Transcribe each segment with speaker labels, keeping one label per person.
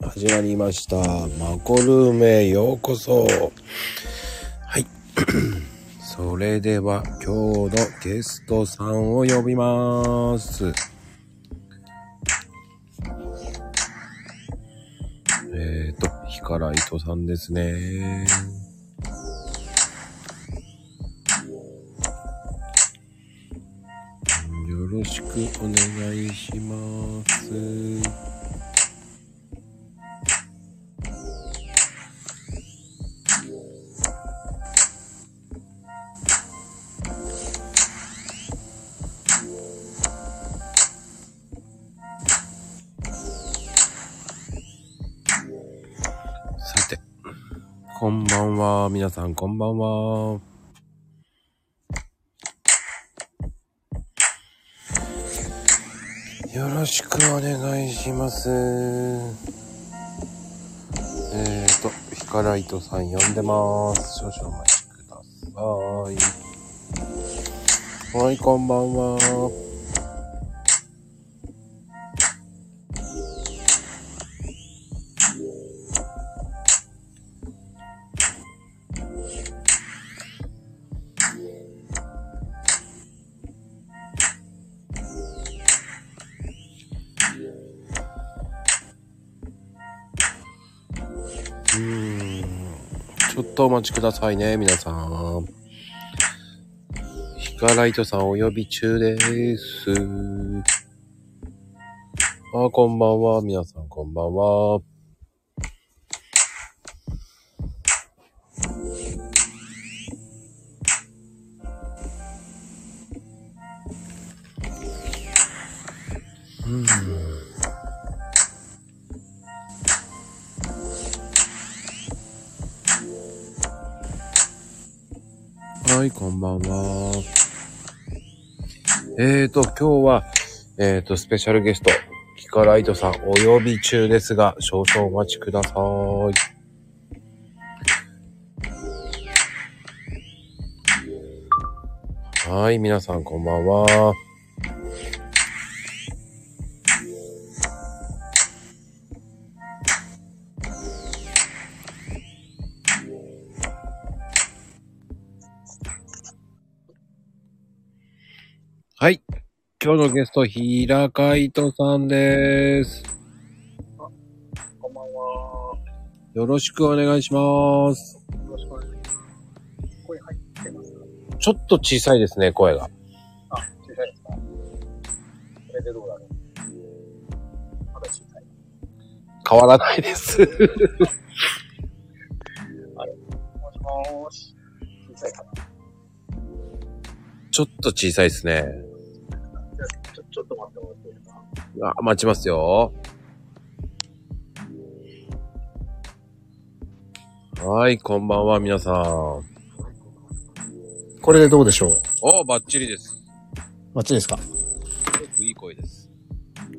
Speaker 1: 始まりました。マコルームへようこそ。はい。 それでは今日のゲストさんを呼びます。えーと、ヒカライトさんですね。よろしくお願いします。さて、こんばんは。皆さん、こんばんは。よろしくお願いします。えーと、ヒカライトさん呼んでます。少々お待ちください。はい、こんばんは。うーんちょっとお待ちくださいね、皆さん。ヒカライトさんお呼び中です。あ、こんばんは。皆さん、こんばんは。はい、こんばんは。えーと、今日は、えーと、スペシャルゲスト、キカライトさんお呼び中ですが、少々お待ちください。はい、皆さんこんばんは。はい。今日のゲスト、ヒラカイトさんです。
Speaker 2: こんばんは。
Speaker 1: よろしくお願いします。
Speaker 2: よろしくお願いします。声入ってますか
Speaker 1: ちょっと小さいですね、声が。
Speaker 2: あ、小さいですかこれでどうだろうまだ小さい。
Speaker 1: 変わらないです。
Speaker 2: もしもーし。小さいかな
Speaker 1: ちょっと小さいですね。
Speaker 2: じゃあちょ、ちょっと待ってもらっていいですか
Speaker 1: あ、待ちますよ。はい、こんばんは、皆さん。
Speaker 3: これでどうでしょう
Speaker 1: お、バッチリです。
Speaker 3: バッチリですか
Speaker 1: すごくいい声です。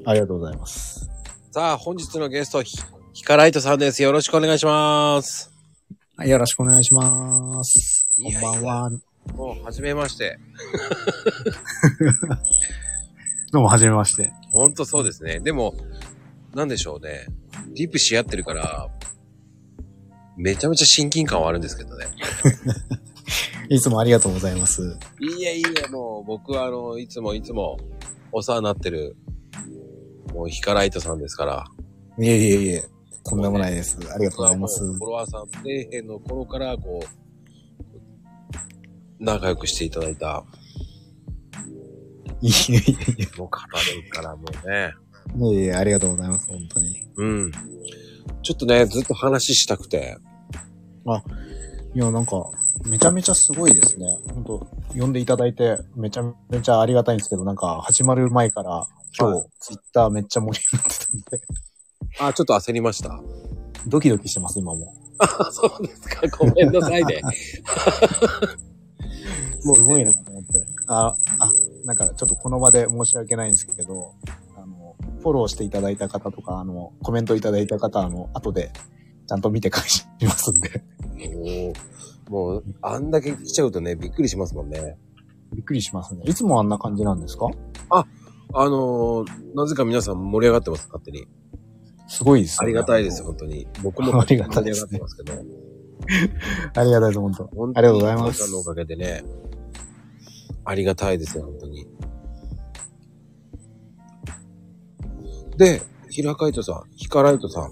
Speaker 3: ありがとうございます。
Speaker 1: さあ、本日のゲスト、ひヒカライトさんです。よろしくお願いします。
Speaker 3: はい、よろしくお願いします。
Speaker 1: い
Speaker 3: こ
Speaker 1: や
Speaker 3: ん
Speaker 1: いや
Speaker 3: ばんは。
Speaker 1: もう、はじめまして。
Speaker 3: どうも、はじめまして。
Speaker 1: ほんとそうですね。でも、なんでしょうね。リプし合ってるから、めちゃめちゃ親近感はあるんですけどね。
Speaker 3: いつもありがとうございます。
Speaker 1: いやいや、もう僕はあの、いつもいつもお世話になってる、もうヒカライトさんですから。
Speaker 3: いえいえいえ、とんでもないです。ありがとうございます。
Speaker 1: フォロワーさん、底辺の頃から、こう、仲良くしていただいた、
Speaker 3: いえいえい
Speaker 1: もう方ですから、もうね。
Speaker 3: え、いえいえ、ありがとうございます、本当に。い
Speaker 1: うん。ちょっとね、ずっと話したくて。
Speaker 3: や、なんか、めちゃめちゃすごいですね。本当呼んでいただいて、めちゃめちゃありがたいんですけど、なんか、始まる前から、今
Speaker 1: は
Speaker 3: 日、ツイッターめっちゃ盛り上がってたんで、
Speaker 1: あ、ちょっと焦りました。
Speaker 3: ドキドキしてます、今も。
Speaker 1: あ、 そうですか。ごめんなさいね。
Speaker 3: もうすごいなと思って。あ、あ、なんかちょっとこの場で申し訳ないんですけど、あの、フォローしていただいた方とか、あの、コメントいただいた方、あの、後で、ちゃんと見て返しますんで。
Speaker 1: もう、もう、あんだけ来ちゃうとね、びっくりしますもんね。
Speaker 3: びっくりしますね。いつもあんな感じなんですか
Speaker 1: あのーなぜか皆さん盛り上がってます、勝手に。
Speaker 3: すごいです
Speaker 1: あ
Speaker 3: よね、
Speaker 1: りがたいです、本当に。僕 も
Speaker 3: ありがたいです
Speaker 1: 盛り上がって
Speaker 3: ね
Speaker 1: ますけど。
Speaker 3: ありがたいです、本当。
Speaker 1: 本
Speaker 3: ありがとうございます
Speaker 1: 父さんのおかげでね、ありがたいですよ、本当に。で、平海斗さん、ヒカライトさん。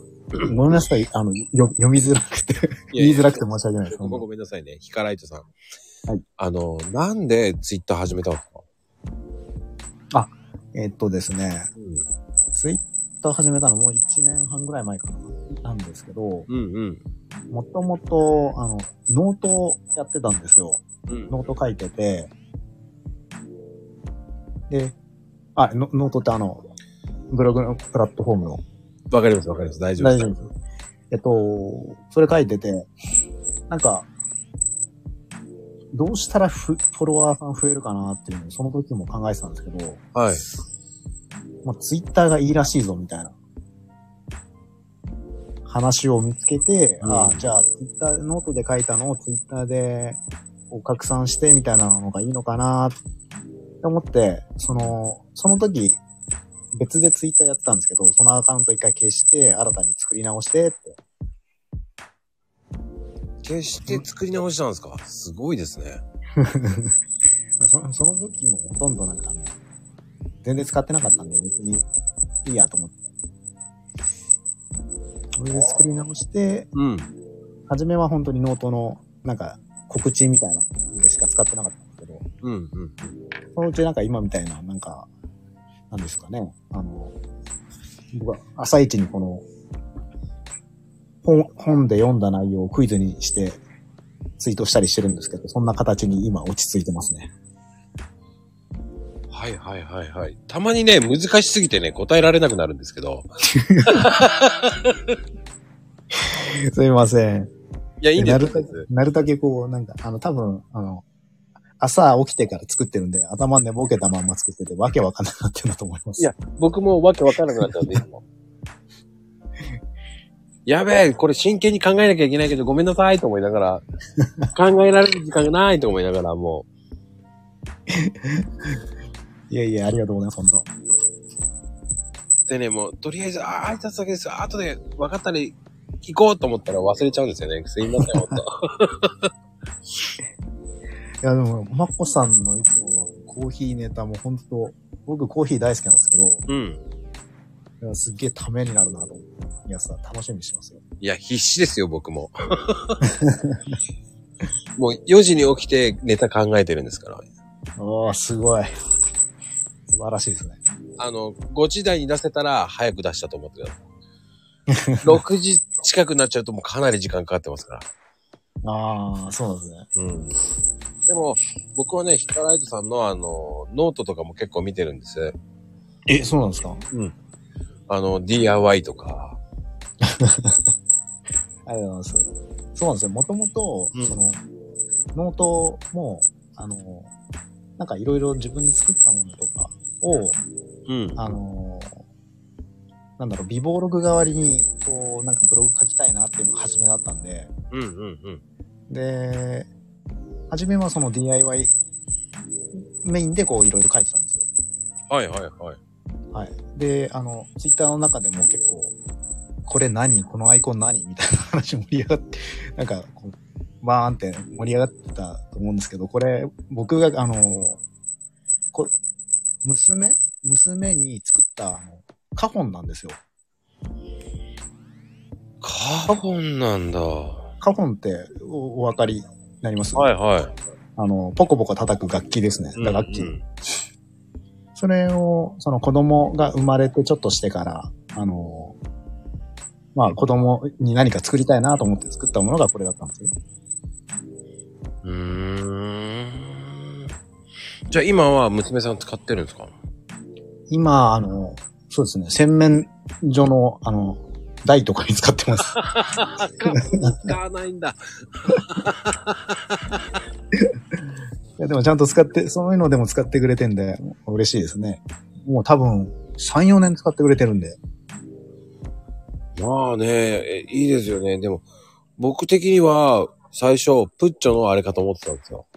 Speaker 3: ごめんなさい。あの、よ読みづらくて、言いづらくて申し訳ないです。
Speaker 1: ごめんごめんなさいね、ヒカライトさん。
Speaker 3: はい。
Speaker 1: あの、なんでツイッター始めたんですか
Speaker 3: えっとですね、
Speaker 1: う
Speaker 3: ツイッター始めたのもう1年半ぐらい前かな、なんですけど、
Speaker 1: ん。うんうん。
Speaker 3: もともと、あの、ノートをやってたんですよ。
Speaker 1: うん。
Speaker 3: ノート書いてて、で、あ、ノノートってあの、ブログのプラットフォームの。
Speaker 1: わかりますわかります。大丈夫
Speaker 3: 大丈夫です。えっと、それ書いてて、なんか、どうしたらフフォロワーさん増えるかなっていうのをその時も考えてたんですけど、
Speaker 1: はい。
Speaker 3: まあ、ツイッターがいいらしいぞみたいな話を見つけて、
Speaker 1: うん
Speaker 3: ああ、じゃあツイッター、ノートで書いたのをツイッターでこう拡散してみたいなのがいいのかなって思って、その、その時別でツイッターやってたんですけど、そのアカウント一回消して新たに作り直してって、
Speaker 1: 決して作り直したんですかすごいですね。
Speaker 3: そその時もほとんどなんかあの、全然使ってなかったんで別にいいやと思って。それで作り直して、
Speaker 1: うん。
Speaker 3: 初めは本当にノートの、なんか、告知みたいなのでしか使ってなかったんですけど、
Speaker 1: うんうんうん。
Speaker 3: そのうちなんか今みたいな、なんか、なんですかね、あの、僕は朝一にこの、本、本で読んだ内容をクイズにして、ツイートしたりしてるんですけど、そんな形に今落ち着いてますね。
Speaker 1: はいはいはいはい。たまにね、難しすぎてね、答えられなくなるんですけど。
Speaker 3: すいません。
Speaker 1: いや、いいんですよ
Speaker 3: なるたけ、なるたけこう、なんか、あの、多分、あの、朝起きてから作ってるんで、頭寝ぼけたまんま作ってて、わけわかんなかったんだと思います。
Speaker 1: いや僕もわけわからなくなっちゃうんで、いつも。 やべえ、これ真剣に考えなきゃいけないけど、ごめんなさいと思いながら、考えられる時間がないと思いながら、も
Speaker 3: いやいや、ありがとうございます、本当
Speaker 1: う。でね、もう、とりあえず、あー、挨拶だけです。あとで分かったり聞こうと思ったら忘れちゃうんですよね。すいません、ほんと。
Speaker 3: いや、でも、まっこさんのいつものコーヒーネタも本当僕コーヒー大好きなんですけど
Speaker 1: うん。
Speaker 3: いや、すっげえためになるなと思って、皆さん楽しみにしてますよ。
Speaker 1: いや、必死ですよ、僕も。 もう4時に起きてネタ考えてるんですから。
Speaker 3: おー、すごい。素晴らしいですね。
Speaker 1: あの、5時台に出せたら早く出したと思ってください。6時 近くなっちゃうともうかなり時間かかってますから。
Speaker 3: あー、そうなんですね。
Speaker 1: うん。でも、僕はね、ヒカライトさんのあの、ノートとかも結構見てるんです。
Speaker 3: え、そうなんですか
Speaker 1: あの、DIY とか。
Speaker 3: ありがとうございます。そうなんですよ。もともと
Speaker 1: うん、
Speaker 3: その、ノートも、あの、なんかいろいろ自分で作ったものとかを、
Speaker 1: うん。
Speaker 3: あの、なんだろう、微暴録代わりに、こう、なんかブログ書きたいなっていうのが初めだったんで、
Speaker 1: うんうんうん。
Speaker 3: で、初めはその DIY メインでこういろいろ書いてたんですよ。
Speaker 1: はいはいはい。
Speaker 3: はい。で、あの、ツイッターの中でも結構、これ何このアイコン何みたいな話盛り上がって、 なんかこう、バーンって盛り上がってたと思うんですけど、これ、僕が、あの、こ娘娘に作った、あの、カホンなんですよ。
Speaker 1: カホンなんだ。は
Speaker 3: カホンっておお分かりになります
Speaker 1: いはい。
Speaker 3: あの、ポコポコ叩く楽器ですね。楽器。
Speaker 1: うん
Speaker 3: それを、その子供が生まれてちょっとしてから、あの、まあ子供に何か作りたいなと思って作ったものがこれだったんですよ。
Speaker 1: うん。うーん。じゃあ今は娘さん使ってるんですか
Speaker 3: 今、あの、そうですね、洗面所の、あの、台とかに使っ てます。
Speaker 1: 使わないんだ。
Speaker 3: いやでもちゃんと使って、そういうのでも使ってくれてんで、嬉しいですね。もう多分、3、4年使ってくれてるんで。
Speaker 1: まあね、えいいですよね。でも、 僕的には、最初、プッチョのあれかと思ってたんですよ。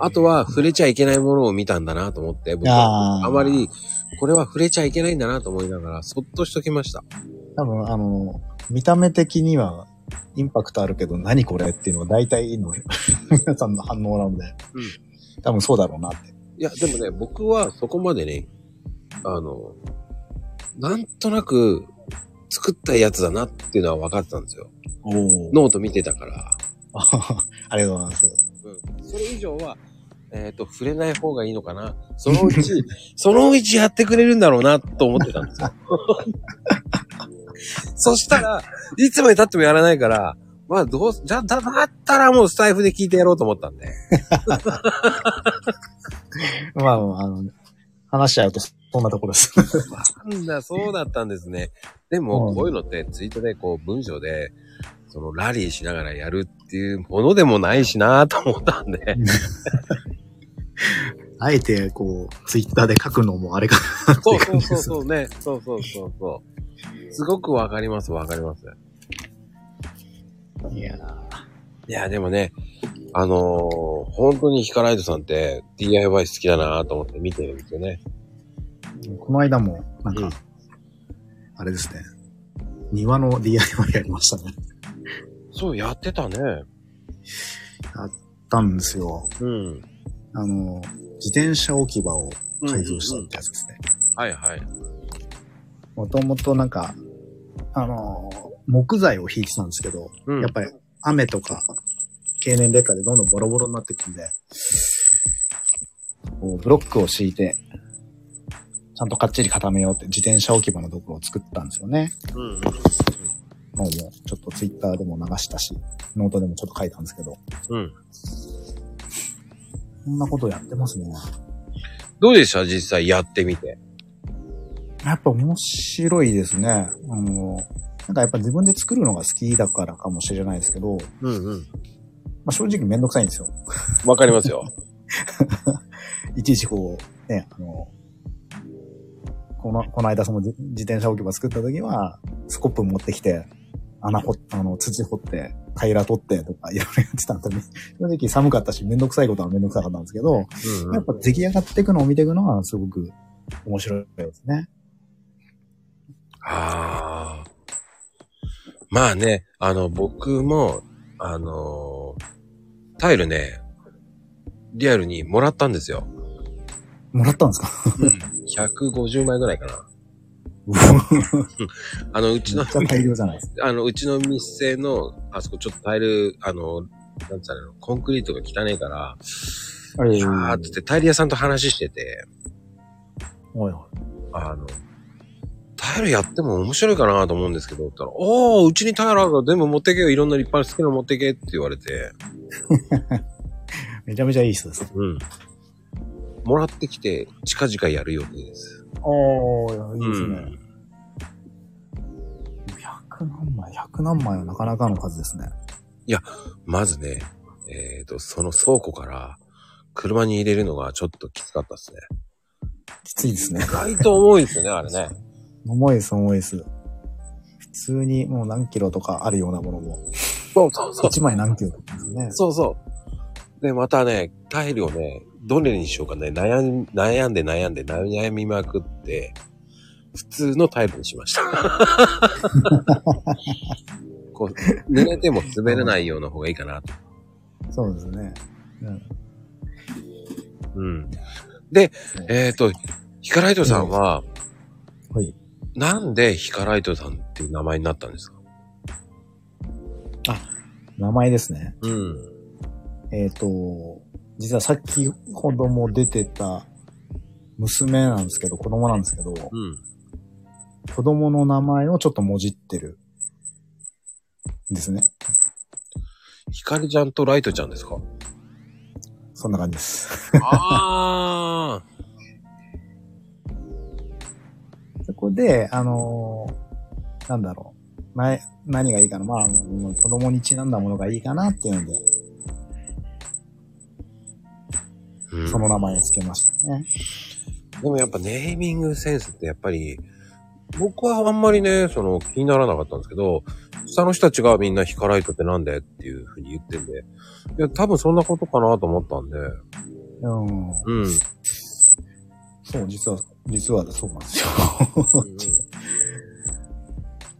Speaker 1: あとは、触れちゃいけないものを見たんだなと思って、僕は
Speaker 3: あ。ー
Speaker 1: あまり、これは触れちゃいけないんだなと思いながら、そっとしときました。
Speaker 3: 多分、あの、見た目的にはインパクトあるけど、何これっていうのが大体の 皆さんの反応なんで、多分そうだろうなって。
Speaker 1: いや、でもね、僕はそこまでね、あの、なんとなく、作ったやつだなっていうのは分かってたんですよ。
Speaker 3: お
Speaker 1: ノート見てたから。
Speaker 3: ありがとうございます。
Speaker 1: うん。それ以上は、えっ、と、触れない方がいいのかな。そのう ち、そのうちやってくれるんだろうな、と思ってたん ですよ。そしたら、いつまで経ってもやらないから、まあ、どうす、じゃ、だ、だったらもうスタイフで聞いてやろうと思ったんで。
Speaker 3: まあ、あの、話し合うとそんなところです。
Speaker 1: なんだ、そうだったんですね。でも、
Speaker 3: うん
Speaker 1: こういうのって、ツイートで、こう、文章で、その、ラリーしながらやるっていうものでもないしなと思 ったんで。
Speaker 3: あえて、こう、ツイッターで書くのもあれか
Speaker 1: そうそうそうそうね。そうそうそうそう。すごくわかります、わかります。
Speaker 3: な。いや
Speaker 1: いや、でもね、あのー本当にヒカライトさんって DIY 好きだなと思って見てるんですよね。
Speaker 3: この間も、なん
Speaker 1: うん
Speaker 3: か、あれですね。庭の DIY やりましたね。
Speaker 1: そう、やってたね。
Speaker 3: やったんですよ。
Speaker 1: うん。
Speaker 3: あの、自転車置き場を改造した
Speaker 1: う
Speaker 3: っ
Speaker 1: んうん
Speaker 3: てやつですね。
Speaker 1: はいはい。
Speaker 3: もともとなんか、あの、木材を引いてたんですけど、
Speaker 1: うん。
Speaker 3: やっぱり雨とか、経年劣化でどんどんボロボロになってくんで、こうブロックを敷いて、ちゃんとかっちり固めようって自転車置き場のところを作ったんですよね。
Speaker 1: うんうん
Speaker 3: もうもうちょっとツイッターでも流したし、ノートでもちょっと書いたんですけど、
Speaker 1: うん。
Speaker 3: こんなことやってますね。
Speaker 1: どうでした実際やってみて。
Speaker 3: やっぱ面白いですね。あの、なんかやっぱ自分で作るのが好きだからかもしれないですけど、ま
Speaker 1: うんうん。
Speaker 3: あ、正直めんどくさいんですよ。
Speaker 1: わかりますよ。
Speaker 3: いちいちこう、ね、あの、この、この間その自自転車置き場作った時は、スコップ持ってきて、穴掘っあの、土掘って、平ら取ってとかいろいろやってたんで、正直寒かったし、めんどくさいことはめんどくさかったんですけど、
Speaker 1: うん
Speaker 3: やっぱ出来上がっていくのを見ていくのはすごく面白いですね。
Speaker 1: ああ。まあね、あの、僕も、あのータイルね、リアルにもらったんですよ。
Speaker 3: もらったんですか
Speaker 1: 150枚ぐらいかな。あの、うちの
Speaker 3: めっ、ちゃ大量じゃないですか。
Speaker 1: あの、うちの店の、あそこちょっとタイル、あの、なんつうの、コンクリートが汚いから、
Speaker 3: あれ
Speaker 1: あーっつってタイル屋さんと話してて、
Speaker 3: おいお
Speaker 1: あの、タイルやっても面白いかなと思うんですけど、って言ったら、おー、うちにタイルあるから全部持ってけよ、いろんな立派な好きなの持ってけって言われて、
Speaker 3: いめちゃめちゃいい人です。
Speaker 1: うん。もらってきて、近々やる予定です。
Speaker 3: おー、いいです
Speaker 1: う
Speaker 3: ね。
Speaker 1: ん
Speaker 3: 100何枚 ?100 何枚はなかなかの数ですね。
Speaker 1: まずね、えっ、と、その倉庫から、車に入れるのがちょっときつかったですね。
Speaker 3: きついですね
Speaker 1: 意。外と重いですよね、あれね。
Speaker 3: 重いです、重いです。普通にもう何キロとかあるようなものも、
Speaker 1: そうそうそう。
Speaker 3: 1枚何キロとかですね。
Speaker 1: そうそう。で、またね、タイルをね、どれにしようかね、悩ん悩んで悩んで悩みまくって、普通のタイルにしま した。こう、濡れても滑らないような方がいいかなと。
Speaker 3: そうですね。うん
Speaker 1: うん。で、えっ、と、ヒカライトさんは、
Speaker 3: はい。
Speaker 1: なんでヒカライトさんっていう名前になったんですか
Speaker 3: 名前ですね。
Speaker 1: うん。
Speaker 3: えっ、と、実は先ほども出てた娘なんですけど、子供なんですけど、
Speaker 1: うん。
Speaker 3: 子供の名前をちょっともじってる。ですね。
Speaker 1: ヒカリちゃんとライトちゃんですか
Speaker 3: そんな感じです。
Speaker 1: ああ
Speaker 3: そこで、あのーなんだろう。前、何がいいかな。まあ、もう子供にちなんだものがいいかなっていうので、
Speaker 1: うん
Speaker 3: その名前を付けましたね。
Speaker 1: でもやっぱネーミングセンスってやっぱり僕はあんまりね、その気にならなかったんですけど、下の人たちがみんなヒカライトってなんでっていうふうに言ってんで、いや、多分そんなことかなと思ったんで、
Speaker 3: うん。
Speaker 1: うん。
Speaker 3: そう、実は、実はそうなんですよ。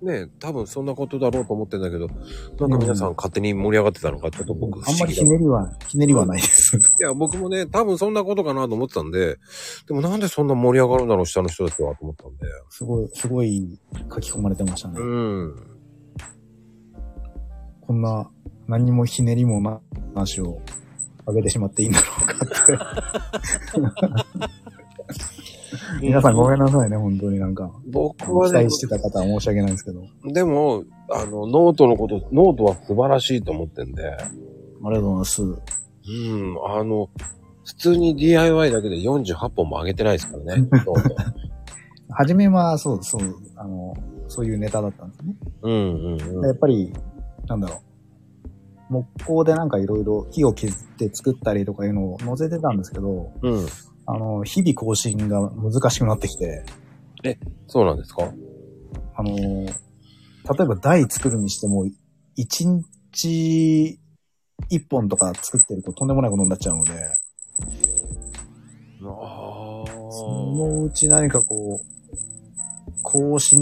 Speaker 1: ねえ、多分そんなことだろうと思ってんだけど、なんか皆さん勝手に盛り上がってたのか、ちょっと僕不
Speaker 3: あんま
Speaker 1: 思
Speaker 3: り
Speaker 1: 議
Speaker 3: ひ
Speaker 1: だ。
Speaker 3: ねりは、ひねりはないです。
Speaker 1: いや、僕もね、多分そんなことかなと思ってたんで、でもなんでそんな盛り上がるんだろう、下の人たちはと思ったんで。
Speaker 3: すごい、すごい書き込まれてましたね。
Speaker 1: うん。
Speaker 3: こんな、何にもひねりもな話を上げてしまっていいんだろうかって。皆さんごめんなさいね、本当になんか。期
Speaker 1: 僕はね
Speaker 3: 待、してた方は申し訳ないんですけど。
Speaker 1: でも、あの、ノートのこと、ノートは素晴らしいと思ってんで、
Speaker 3: ありがとうございます。
Speaker 1: うん、あの、普通に DIY だけで48本も上げてないですからね、ノート。
Speaker 3: 初めは、そうそう、あの、そういうネタだったんですね。
Speaker 1: うんうん
Speaker 3: や
Speaker 1: う
Speaker 3: っぱり、なんだろう。木工でなんかいろいろ木を削って作ったりとかいうのを載せてたんですけど、
Speaker 1: ん。うん。
Speaker 3: あの、日々更新が難しくなってきて、
Speaker 1: そうなんですか
Speaker 3: あの、例えば台作るにしても、1日1本とか作ってるととんでもないことになっちゃうので、
Speaker 1: あ
Speaker 3: そのうち何かこう、更新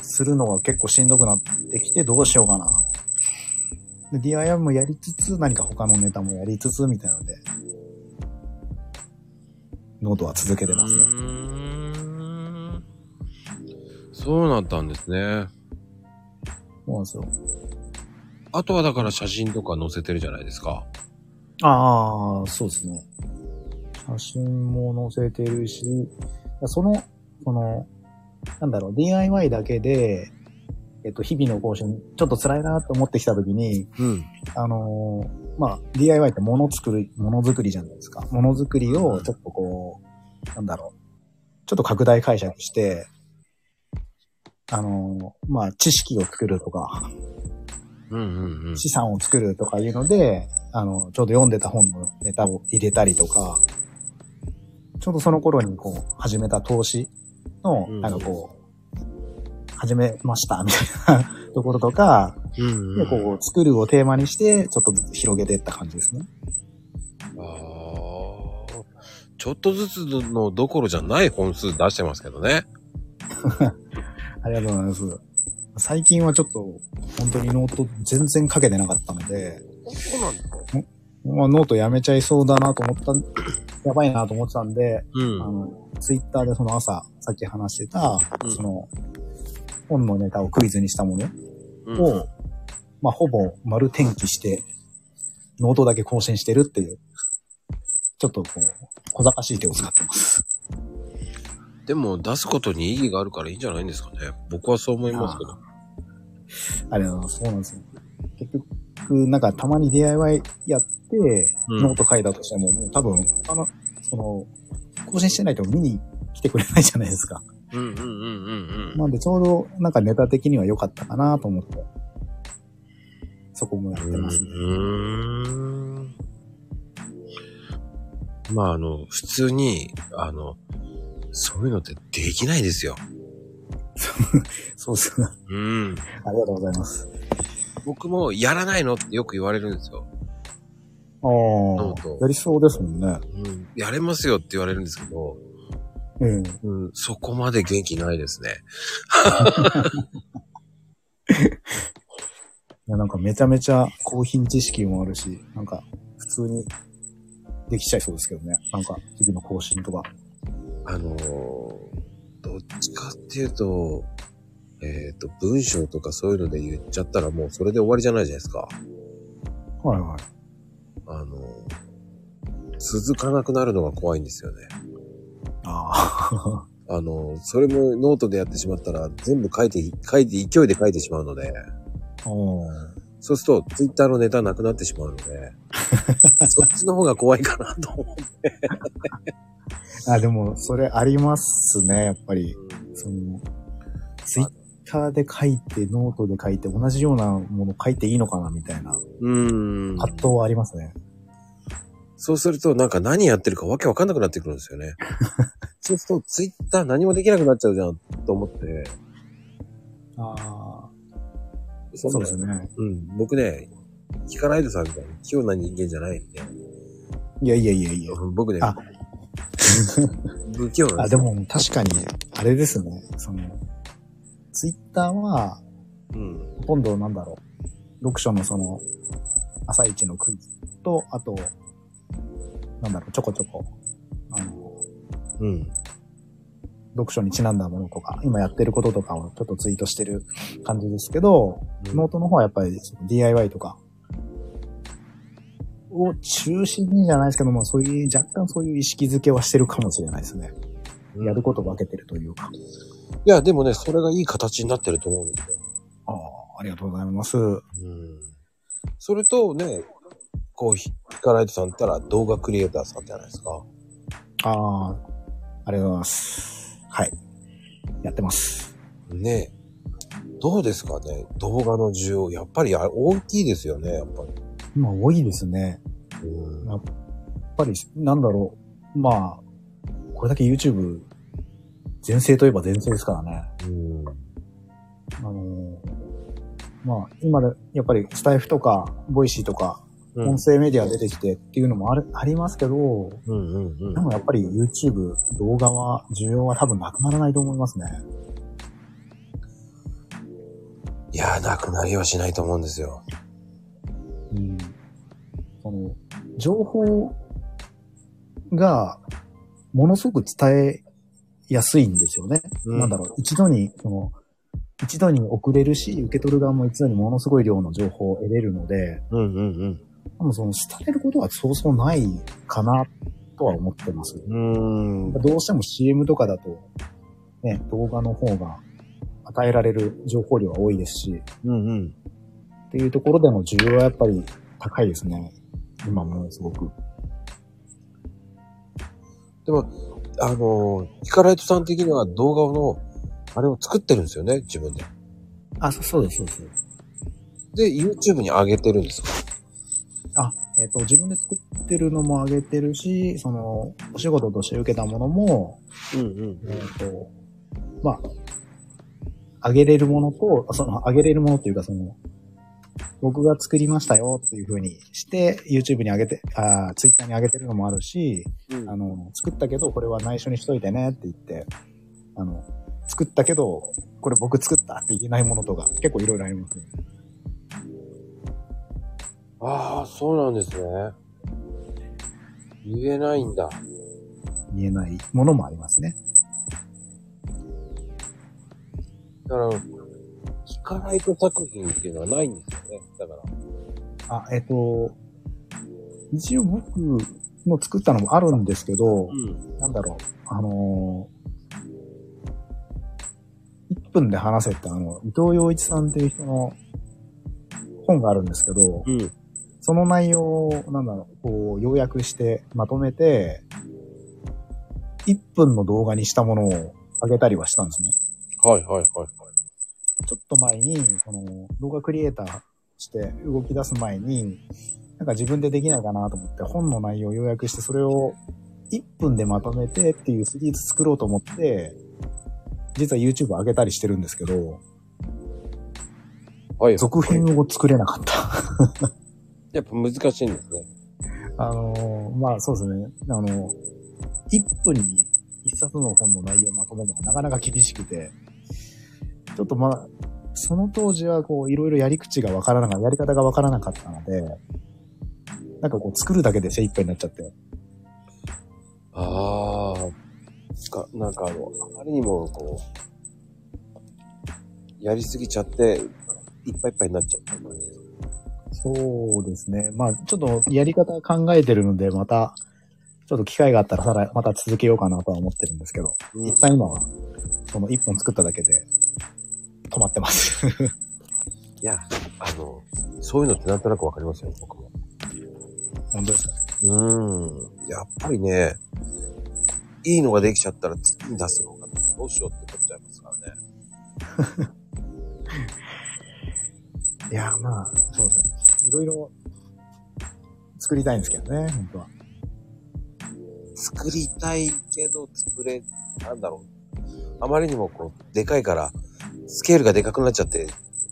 Speaker 3: するのが結構しんどくなってきてどうしようかな。で、DIY もやりつつ、何か他のネタもやりつつ、みたいなので、ノートは続けてますね。
Speaker 1: そうなったんですね。
Speaker 3: そうなんですよ。
Speaker 1: あとはだから写真とか載せてるじゃないですか。
Speaker 3: ああ、そうですね。写真も載せてるし、その、その、なんだろう、DIY だけで、えっと、日々の更新、ちょっと辛いなと思ってきたときに、
Speaker 1: うん。
Speaker 3: あのーまあ、DIY ってもの作る、ものづくりじゃないですか。ものづくりをちょっとこう、なんだろう。ちょっと拡大解釈して、あのーまあ、知識を作るとか、
Speaker 1: うんうんうん。
Speaker 3: 資産を作るとかいうので、あの、ちょうど読んでた本のネタを入れたりとか、ちょうどその頃にこう、始めた投資の、
Speaker 1: うん
Speaker 3: なんかこう、始めましたみたいなところとか、
Speaker 1: うんう
Speaker 3: で
Speaker 1: ん、
Speaker 3: こう、作るをテーマにして、ちょっとずつ広げていった感じですね。
Speaker 1: あーちょっとずつのどころじゃない本数出してますけどね。
Speaker 3: ありがとうございます。最近はちょっと、本当にノート全然書けてなかったので、
Speaker 1: そうなんですか
Speaker 3: まあ、ノートやめちゃいそうだなと思ったん、 やばいなと思ってたんで、
Speaker 1: う
Speaker 3: あ
Speaker 1: ん。
Speaker 3: の、ツイッターでその朝、さっき話してた
Speaker 1: う、ん
Speaker 3: その、本のネタをクイズにしたもの
Speaker 1: うん
Speaker 3: を、まあ、ほぼ丸転記して、ノートだけ更新してるっていう、ちょっとこう、小賢しい手を使ってます。
Speaker 1: でも出すことに意義があるからいいんじゃないんですかね。僕はそう思いますけど。
Speaker 3: あれだな、そうなんですよ。結局、なんかたまに DIY やって、
Speaker 1: うん
Speaker 3: ノート書いたとしても、もう多分、他の、その、更新してないと見に来てくれないじゃないですか。
Speaker 1: うんうんうんうんうん。
Speaker 3: なんでちょうど、なんかネタ的には良かったかなと思って、そこもやってますね。
Speaker 1: うーんまあ、あの、普通に、あの、そういうのってできないですよ。
Speaker 3: そうっすね。
Speaker 1: うん。
Speaker 3: ありがとうございます。
Speaker 1: 僕もやらないのってよく言われるんですよ。
Speaker 3: あ
Speaker 1: ート
Speaker 3: あ、やりそうですもんね。
Speaker 1: うん。やれますよって言われるんですけど、
Speaker 3: ええ
Speaker 1: うん、そこまで元気ないですね。
Speaker 3: いやなんかめちゃめちゃ高品知識もあるし、なんか普通にできちゃいそうですけどね。なんか日々の更新とか。
Speaker 1: あのーどっちかっていうと、えっ、と、文章とかそういうので言っちゃったらもうそれで終わりじゃないじゃないですか。
Speaker 3: はいはい。
Speaker 1: あのー続かなくなるのが怖いんですよね。
Speaker 3: あ あ。
Speaker 1: あの、それもノートでやってしまったら、全部書いて、書いて、勢いで書いてしまうので、
Speaker 3: おー
Speaker 1: そうすると、ツイッターのネタなくなってしまうので、そっちの方が怖いかなと思う。
Speaker 3: あ、でも、それありますね、やっぱり。その、ツイッターで書いて、ノートで書いて、同じようなもの書いていいのかな、みたいな、
Speaker 1: うん。
Speaker 3: 葛藤はありますね。
Speaker 1: そうすると、なんか何やってるかわけわかんなくなってくるんですよね。そうすると、ツイッター何もできなくなっちゃうじゃん、と思って。
Speaker 3: ああ、
Speaker 1: そん
Speaker 3: そ
Speaker 1: な
Speaker 3: うですね。
Speaker 1: うん、僕ね、聞かないでさんみたいな、器用な人間じゃないんで。
Speaker 3: いやいやいやいや。
Speaker 1: 僕ね
Speaker 3: あ、
Speaker 1: 不器用なん
Speaker 3: あ、
Speaker 1: です
Speaker 3: で
Speaker 1: よ。
Speaker 3: も確かに、あれですね。その、ツイッターは、
Speaker 1: うん。
Speaker 3: ほとんどなんだろう。読書のその、朝一のクイズと、あと、なんだろう、ちょこちょこ、あの、
Speaker 1: うん。
Speaker 3: 読書にちなんだものとか、今やってることとかをちょっとツイートしてる感じですけど、ノートの方はやっぱりその DIY とか、を中心にじゃないですけども、そういう、若干そういう意識づけはしてるかもしれないですね。
Speaker 1: うん
Speaker 3: やることを分けてるというか。
Speaker 1: いや、でもね、それがいい形になってると思うんですよ。
Speaker 3: ああ、ありがとうございます。
Speaker 1: うん。それとね、こう、ひヒカライトさんったら動画クリエイターさんじゃないですか。
Speaker 3: ああ、ありがとうございます。はい。やってます。
Speaker 1: ねどうですかね動画の需要。やっぱりあれ大きいですよね、やっぱり。
Speaker 3: 今多いですね。
Speaker 1: うん。
Speaker 3: やっぱり、なんだろう。まあ、これだけ YouTube、全盛といえば全盛ですからね。
Speaker 1: うん。
Speaker 3: あのーまあ、今で、やっぱりスタイフとか、ボイシーとか、
Speaker 1: うん
Speaker 3: 音声メディア出てきてっていうのもある、ありますけど、
Speaker 1: うんうん
Speaker 3: でもやっぱり YouTube、動画は、需要は多分なくならないと思いますね。
Speaker 1: いやー、なくなりはしないと思うんですよ。
Speaker 3: うんその、情報が、ものすごく伝えやすいんですよね。
Speaker 1: うん
Speaker 3: なんだろう、一度に、その、一度に送れるし、受け取る側も一度にものすごい量の情報を得れるので、
Speaker 1: うんうん
Speaker 3: 多分その、伝えることはそうそうないかな、とは思ってます。
Speaker 1: うん。うーん。
Speaker 3: どうしても CM とかだと、ね、動画の方が与えられる情報量は多いですし、
Speaker 1: うんうん。
Speaker 3: っていうところでの需要はやっぱり高いですね。今ものすごく。
Speaker 1: でも、あのー、ヒカライトさん的には動画の、あれを作ってるんですよね、自分で。
Speaker 3: あ、そそうです、そうです。
Speaker 1: で、YouTube に上げてるんですか
Speaker 3: あ、えっ、と、自分で作ってるのもあげてるし、その、お仕事として受けたものも、
Speaker 1: うんうん。
Speaker 3: えっ、と、まあ、あげれるものと、その、あげれるものというか、その、僕が作りましたよっていう風にして、YouTube に上げて、あー Twitter に上げてるのもあるし、あの、作ったけど、これは内緒にしといてねって言って、あの、作ったけど、これ僕作ったって言えないものとか、結構いろいろありますね。
Speaker 1: ああ、そうなんですね。言えないんだ。
Speaker 3: 言えないものもありますね。
Speaker 1: だから、ヒカライト作品っていうのはないんですよね。だから。
Speaker 3: あ、えっ、と、一応僕の作ったのもあるんですけど、
Speaker 1: ん。
Speaker 3: なんだろう、あのー、1分で話せってあの、伊藤洋一さんっていう人の本があるんですけど、
Speaker 1: うん。
Speaker 3: その内容を、なんだろう、こう、要約して、まとめて、1分の動画にしたものを上げたりはしたんですね。
Speaker 1: はいはいはい。
Speaker 3: ちょっと前に、その、動画クリエイターとして動き出す前に、なんか自分でできないかなと思って、本の内容を要約して、それを1分でまとめてっていうシリーズ作ろうと思って、実は YouTube 上げたりしてるんですけど、
Speaker 1: はい。
Speaker 3: 続編を作れなかった。
Speaker 1: やっぱ難しいんですね。
Speaker 3: あのーまあそうですね。あの1分に1冊の本の内容をまとめるのがなかなか厳しくて、ちょっとまあ、その当時はこう、いろいろやり口がわからなかった、やり方がわからなかったので、なんかこう、作るだけで精一杯になっちゃって。
Speaker 1: ああ。か、なんかあの、あまりにもこう、やりすぎちゃって、いっぱいいっぱいになっちゃう感じです。
Speaker 3: そうですね。まあ、ちょっとやり方考えてるので、また、ちょっと機会があったら、さら、また続けようかなとは思ってるんですけど、
Speaker 1: うん
Speaker 3: 一旦今は、その1本作っただけで、止まってます。
Speaker 1: いや、あの、そういうのってなんとなくわかりますよ、僕も。
Speaker 3: 本当ですか
Speaker 1: うん。やっぱりね、いいのができちゃったら次に出すのがどうしようって思っちゃいますからね。
Speaker 3: いや、まあ、そうですね。いろいろ作りたいんですけどね、本当は。
Speaker 1: 作りたいけど作れ、なんだろう。あまりにもこう、でかいから、スケールがでかくなっちゃって、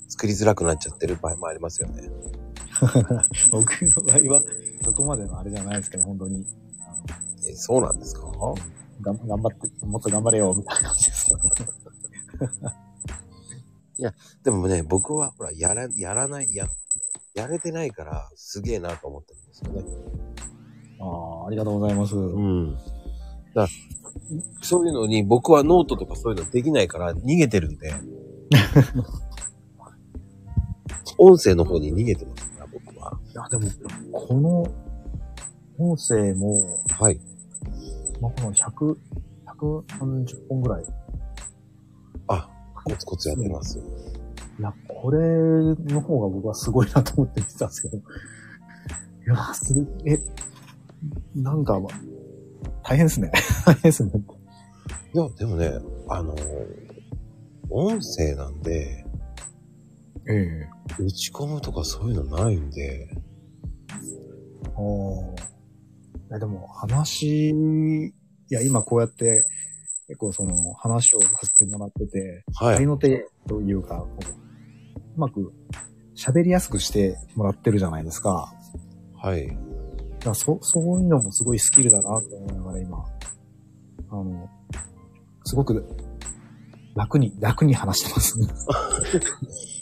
Speaker 1: 作りづらくなっちゃってる場合もありますよね。
Speaker 3: 僕の場合は、そこまでのあれじゃないですけど、本当に。あの
Speaker 1: えそうなんですか
Speaker 3: がん頑張って、もっと頑張れよ、みたいな感じですけど。
Speaker 1: でもね、僕はほら、やら、やらない、や、やれてないから、すげえなと思ってるんですよね。
Speaker 3: ああ、ありがとうございます。
Speaker 1: うん。だからそういうのに僕はノートとかそういうのできないから逃げてるんで。音声の方に逃げてますから、僕は。
Speaker 3: いや、でも、この音声も、
Speaker 1: はい。
Speaker 3: まあ、この100、130本ぐらい。
Speaker 1: あ、コツコツやってます。
Speaker 3: いや、これの方が僕はすごいなと思って見てたんですけど。いや、する、え、なんか、大変ですね。 大変ですね。
Speaker 1: いや、でもね、あのー音声なんで、
Speaker 3: ええ
Speaker 1: 打ち込むとかそういうのないんで、
Speaker 3: ああ。いやでも話、いや、今こうやって、結構その話をさせてもらってて、
Speaker 1: は
Speaker 3: あり
Speaker 1: い。
Speaker 3: の手というか、こううまく喋りやすくしてもらってるじゃないですか。
Speaker 1: はい。
Speaker 3: だからそそういうのもすごいスキルだなと思いながら今、あの、すごく楽に、楽に話してます。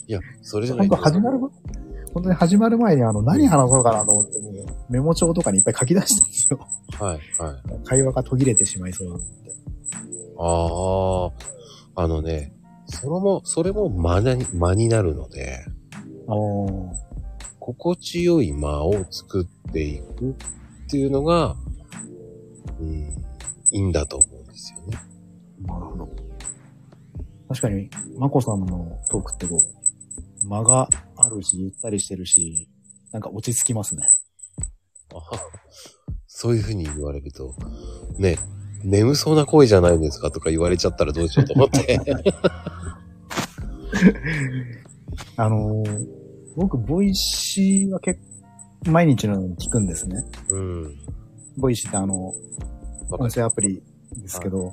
Speaker 1: いや、それじゃない
Speaker 3: 本
Speaker 1: んで
Speaker 3: 当
Speaker 1: す
Speaker 3: 始まる、本当に始まる前にあの、何話そうかなと思って、もうメモ帳とかにいっぱい書き出したんですよ。
Speaker 1: はい、はい。
Speaker 3: 会話が途切れてしまいそうなので。
Speaker 1: ああ、あのね、それも、それも間に、間になるので、
Speaker 3: あ
Speaker 1: 心地よい間を作っていくっていうのが、うん、いいんだと思うんですよね。
Speaker 3: あ、なるほど。確かに、まこさんのトークってこう、間があるし、ゆったりしてるし、なんか落ち着きますね。
Speaker 1: あは そういうふうに言われると、ね、眠そうな声じゃないですかとか言われちゃったらどうしようと思って。
Speaker 3: あのー僕、ボイシーは結構、毎日のように聞くんですね。
Speaker 1: うん。
Speaker 3: ボイシーってあの、
Speaker 1: わか
Speaker 3: 音
Speaker 1: る。
Speaker 3: 声アプリですけど、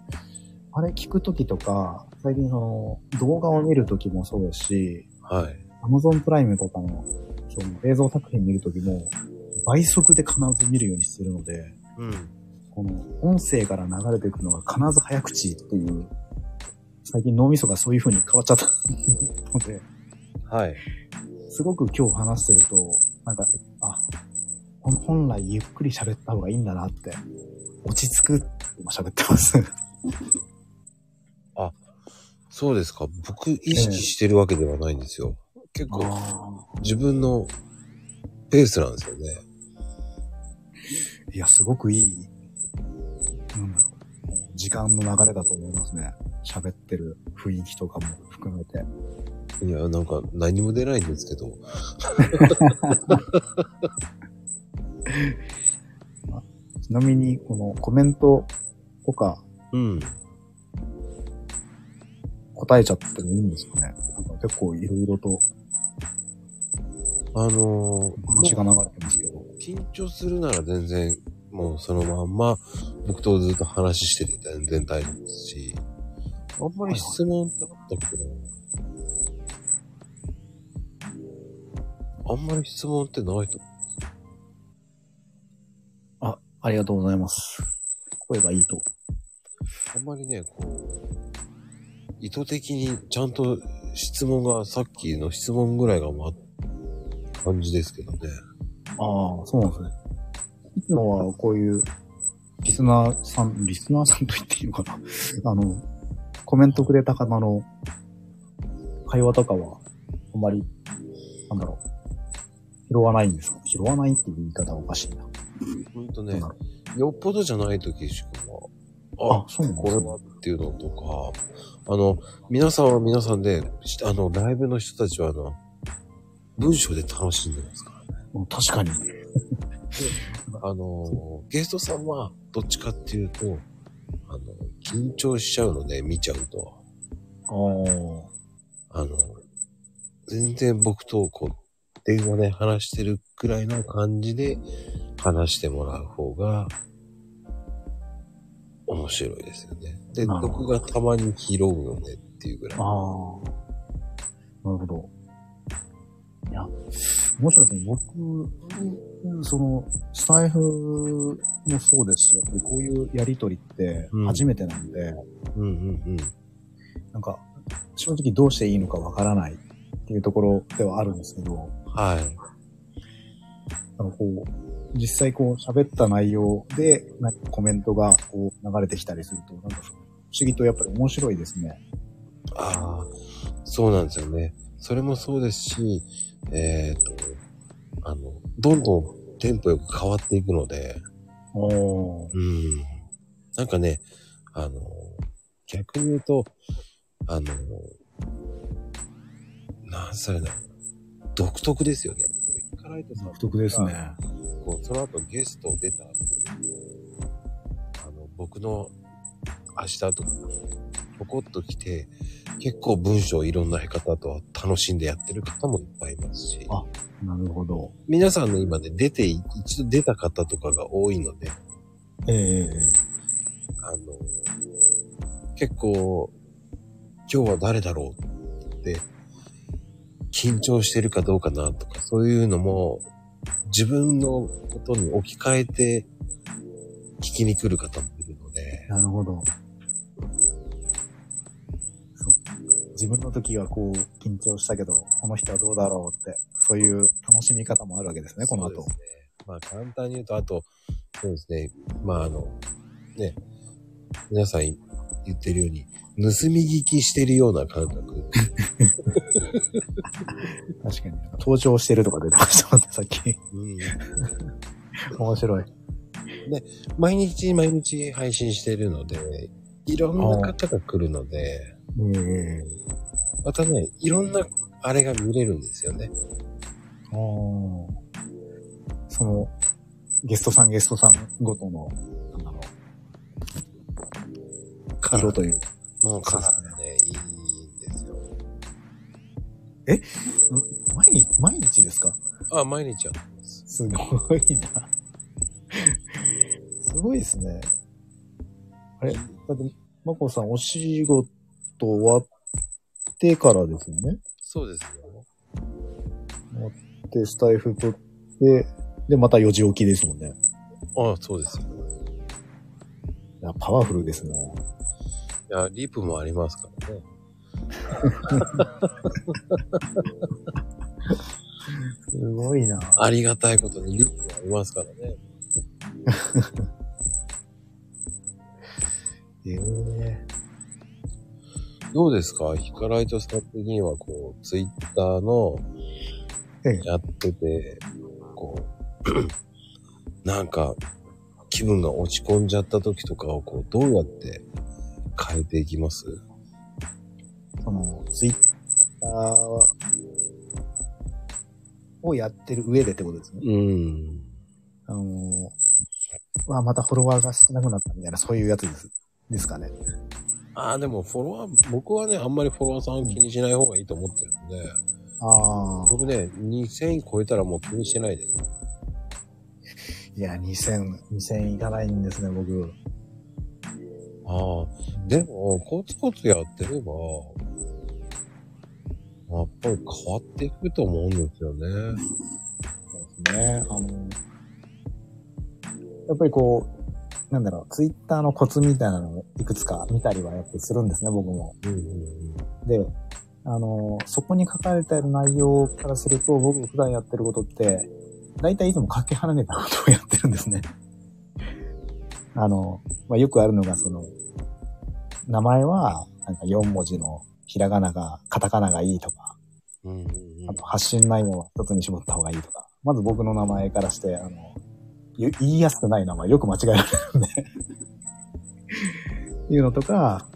Speaker 3: あれ聞くときとか、最近その、動画を見るときもそうですし、
Speaker 1: はい。
Speaker 3: Amazon プライムとかの、その映像作品見るときも、倍速で必ず見るようにしてるので、
Speaker 1: うん。
Speaker 3: この音声から流れていくのが必ず早口っていう、最近脳みそがそういう風に変わっちゃったので、
Speaker 1: はい。
Speaker 3: すごく今日話してると、なんか、あ、ほん本来ゆっくり喋った方がいいんだなって、落ち着くって今喋ってます。
Speaker 1: そうですか。僕、意識してるわけではないんですよ。結構、自分のペースなんですよね。
Speaker 3: いや、すごくいい、なんだろう、時間の流れだと思いますね。喋ってる雰囲気とかも含めて。
Speaker 1: いや、なんか何も出ないんですけど。
Speaker 3: ちなみに、このコメントとか
Speaker 1: うん。
Speaker 3: 答えちゃってもいいんですかねなんか結構いろいろと
Speaker 1: あの
Speaker 3: お話
Speaker 1: ー、
Speaker 3: が流れてますけど。
Speaker 1: 緊張するなら全然、もうそのまんま、僕とずっと話してて全然大丈夫ですし、あんまり質問ってあったっけな。あんまり質問ってないと。
Speaker 3: あ、ありがとうございます。声がいいと。
Speaker 1: あんまりね、こう、意図的にちゃんと質問が、さっきの質問ぐらいが、ま、感じですけどね。
Speaker 3: ああ、そうなんですね。いつもはこういう、リスナーさん、リスナーさんと言っていいのかな あの、コメントくれた方の会話とかは、あんまり、なんだろう、拾わないんですか拾わないっていう言い方はおかしいな。
Speaker 1: ほんと
Speaker 3: どう
Speaker 1: ね
Speaker 3: だ、ろ
Speaker 1: よっぽどじゃない時しか、
Speaker 3: うあ、そうなん
Speaker 1: こ
Speaker 3: で
Speaker 1: れ
Speaker 3: す
Speaker 1: はっていうのとか、あの、皆さんは皆さんで、しあの、ライブの人たちは、あの、文章で楽しんでますからね。
Speaker 3: ね確かに。
Speaker 1: あの、ゲストさんは、どっちかっていうと、あの、緊張しちゃうので、見ちゃうと、
Speaker 3: ああ。
Speaker 1: あの、全然僕と、こう、電話で話してるくらいの感じで、話してもらう方が、面白いですよね。で、
Speaker 3: なるほ
Speaker 1: 僕がたまに拾うよねっていうぐらい。
Speaker 3: ああ。なるほど。いや、面白いですね。僕、うんその、スタイフもそうですし、やっぱりこういうやりとりって
Speaker 1: うん
Speaker 3: 初めてなんで、
Speaker 1: うんうん
Speaker 3: なんか、正直どうしていいのかわからないっていうところではあるんですけど、
Speaker 1: うん。はい。
Speaker 3: あの、こう、実際こう喋った内容で、なんかコメントがこう流れてきたりすると、なんか不思議とやっぱり面白いですね。
Speaker 1: ああ、そうなんですよね。それもそうですし、えっ、と、あの、どんどんテンポよく変わっていくので、
Speaker 3: おー。
Speaker 1: うん。なんかね、あの、逆に言うと、あの、なんそれだ独特ですよね。イカライトさん
Speaker 3: 独特ですね。
Speaker 1: こう、その後ゲスト出た後、あの、僕の明日とか、ちょこっと来て、結構文章いろんな方とは楽しんでやってる方もいっぱいいますし、
Speaker 3: あなるほど。
Speaker 1: 皆さんの今ね、出てい、一度出た方とかが多いので、
Speaker 3: ええ
Speaker 1: あの、結構、今日は誰だろうって、緊張してるかどうかなとか、そういうのも、自分のことに置き換えて、聞きに来る方もいるので、
Speaker 3: なるほど。そう自分の時はこう緊張したけど、この人はどうだろうって、そういう楽しみ方もあるわけですね、この
Speaker 1: そう
Speaker 3: 後
Speaker 1: で。すね。まあ、簡単に言うと、あと、そうですね、まあ、あの、ね、皆さん言ってるように、盗み聞きしてるような感覚。
Speaker 3: 確かに。登場してるとか出てましたもんね、さっき。
Speaker 1: うん
Speaker 3: 面白い。
Speaker 1: 毎日毎日配信してるので、いろんな方が来るので、
Speaker 3: ええ
Speaker 1: またね、いろんなあれが見れるんですよね。
Speaker 3: あーその、ゲストさんゲストさんごとの、なんだろう、色という。
Speaker 1: もうカラーがね、いいんですよ。
Speaker 3: 毎日、毎日ですか
Speaker 1: あ、毎日やってます。
Speaker 3: すごいな。すごいですね。あれ、だって、まこさんお仕事終わってからですよね。
Speaker 1: そうですよ。
Speaker 3: で、スタイフ取って、で、また4時起きですもんね。
Speaker 1: あそうですよ。
Speaker 3: いや、パワフルですね。
Speaker 1: いや、リプもありますからね。
Speaker 3: すごいな。
Speaker 1: ありがたいことにリプもありますからね。
Speaker 3: ええ
Speaker 1: どうですかヒカライトさん的には、こう、ツイッターの
Speaker 3: ええ、
Speaker 1: やってて、こう、 なんか、気分が落ち込んじゃった時とかを、こう、どうやって変えていきます
Speaker 3: その、ツイッターをやってる上でってことですね。
Speaker 1: うん。
Speaker 3: あのー、わあ、またフォロワーが少なくなったみたいな、そういうやつですですかね。
Speaker 1: ああ、でもフォロワー、僕はね、あんまりフォロワーさん気にしない方がいいと思ってるんで、
Speaker 3: ああ。
Speaker 1: 僕ね、2000超えたらもう気にしてないです。
Speaker 3: いや、2000、2000いかないんですね、僕。
Speaker 1: ああ、でも、コツコツやってれば、やっぱり変わっていくと思うんですよね。
Speaker 3: そうですね。あの、やっぱりこう、なんだろう、ツイッターのコツみたいなのをいくつか見たりはやっぱりするんですね、僕も。
Speaker 1: うんうん
Speaker 3: で、あの、そこに書かれてる内容からすると、僕普段やってることって、大体いつもかけ離れたことをやってるんですね。 あの、まあ、よくあるのが、その、名前は、なんか4文字のひらがなが、カタカナがいいとか、
Speaker 1: うん。うんうん
Speaker 3: あと発信内容は一つに絞った方がいいとか、まず僕の名前からして、あの、ゆ言いやすくない名前よく間違えられるんで。 いうのとか、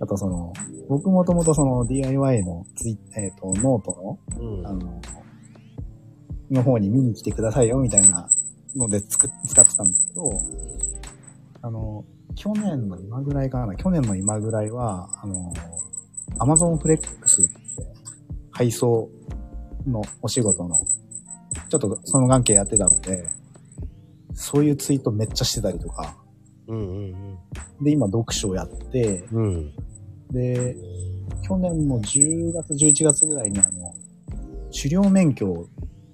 Speaker 3: あとその、僕もともとその DIY のツイ、えっ、と、ノート
Speaker 1: うん。うん
Speaker 3: の、あの、の方に見に来てくださいよみたいなのでつく使ってたんですけど、あの、去年の今ぐらいかな、去年の今ぐらいは、あの、Amazon フレックスって配送のお仕事の、ちょっとその関係やってたので、そういうツイートめっちゃしてたりとか、
Speaker 1: うんうん
Speaker 3: で、今読書をやって、
Speaker 1: うん。うん。
Speaker 3: で、去年の10月、11月ぐらいにあの、狩猟免許を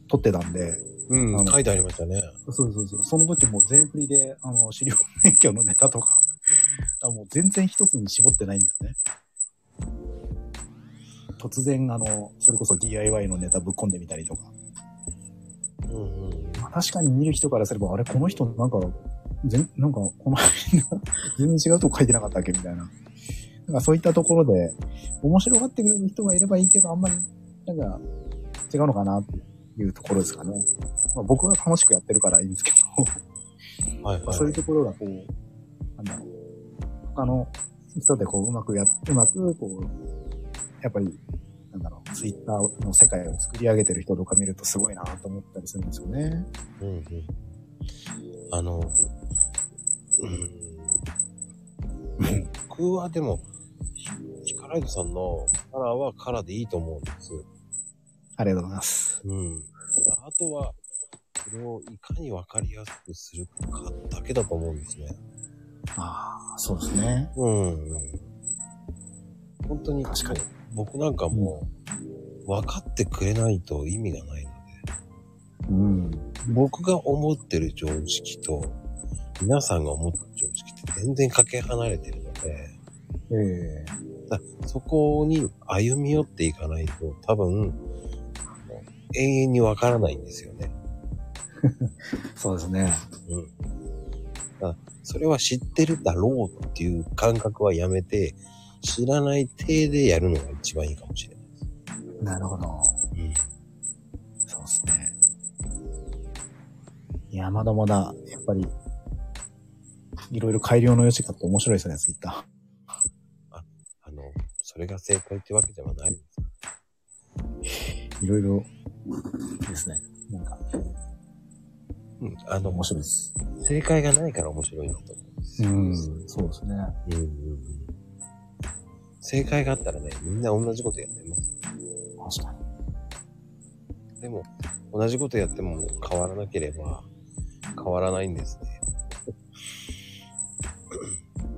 Speaker 3: 取ってたんで、
Speaker 1: う
Speaker 3: あ
Speaker 1: ん。
Speaker 3: の
Speaker 1: 書いてありましたね。
Speaker 3: そうそうそう。その時も全振りで、あの、狩猟免許のネタとか、あもう全然一つに絞ってないんだよね。突然、あの、それこそ DIY のネタぶっ込んでみたりとか。
Speaker 1: うんうん。
Speaker 3: まあ確かに見る人からすれば、あれ、この人なんか、全、なんか、この辺、 全然違うとこ書いてなかったっけみたいな。なんかそういったところで、面白がってくれる人がいればいいけど、あんまり、なんか、違うのかなっていうところですかね。まあ、僕は楽しくやってるからいいんですけど。
Speaker 1: はいはい。
Speaker 3: そういうところがこう、なんだろう、他の人でこう、うまくやっ、うまくこう、やっぱり、なんだろう、ツイッターの世界を作り上げてる人とか見るとすごいなと思ったりするんですよね。
Speaker 1: うんうん。あの、うん。僕はでも、ひヒカライドさんのカラーはカラーでいいと思うんです。
Speaker 3: ありがとうございます。
Speaker 1: うん。あとは、それをいかにわかりやすくするかだけだと思うんですね。
Speaker 3: ああ、そうですね。
Speaker 1: うんうん。本当に、
Speaker 3: 確かに
Speaker 1: 僕なんかもう、分かってくれないと意味がないので、
Speaker 3: うん。
Speaker 1: 僕が思ってる常識と、皆さんが思ってる常識って全然かけ離れてるので、
Speaker 3: ええ
Speaker 1: そこに歩み寄っていかないと、多分、あの永遠にわからないんですよね。
Speaker 3: そうですね。
Speaker 1: うん。だそれは知ってるだろうっていう感覚はやめて、知らない体でやるのが一番いいかもしれない。
Speaker 3: なるほ
Speaker 1: う
Speaker 3: ど。
Speaker 1: ん。
Speaker 3: そうですね。いや、まだまだ、やっぱり、いろいろ改良の余地があって面白いですね、ツイッタ
Speaker 1: あの、それが正解ってわけではない。
Speaker 3: ー。いろいろ、ですね。なんか、
Speaker 1: うん。あの、
Speaker 3: 面白いです。
Speaker 1: 正解がないから面白いんだと思うんです
Speaker 3: う
Speaker 1: よ。
Speaker 3: ん、そうですね。
Speaker 1: うんうんうん正解があったらね、みんな同じことやってます。
Speaker 3: 確かに。
Speaker 1: でも、同じことやっても変わらなければ、変わらないんですね。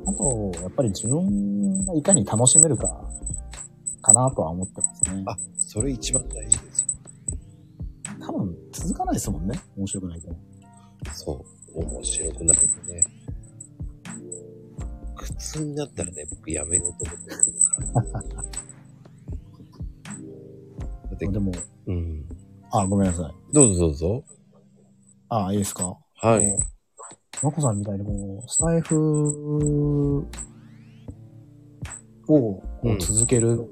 Speaker 3: あと、やっぱり自分がいかに楽しめるか、かなとは思ってますね。
Speaker 1: あ、それ一番大事ですよ。
Speaker 3: 多分続かないですもんね。面白くないと。
Speaker 1: そう。面白くないとね。苦痛になったらね、僕やめようと思ってますから。だって、
Speaker 3: でも、
Speaker 1: うん。
Speaker 3: あ、ごめんなさい。
Speaker 1: どうぞどうぞ。
Speaker 3: あ、いいですか
Speaker 1: はい。。
Speaker 3: まこさんみたいにこう、スタイフを
Speaker 1: うん
Speaker 3: 続ける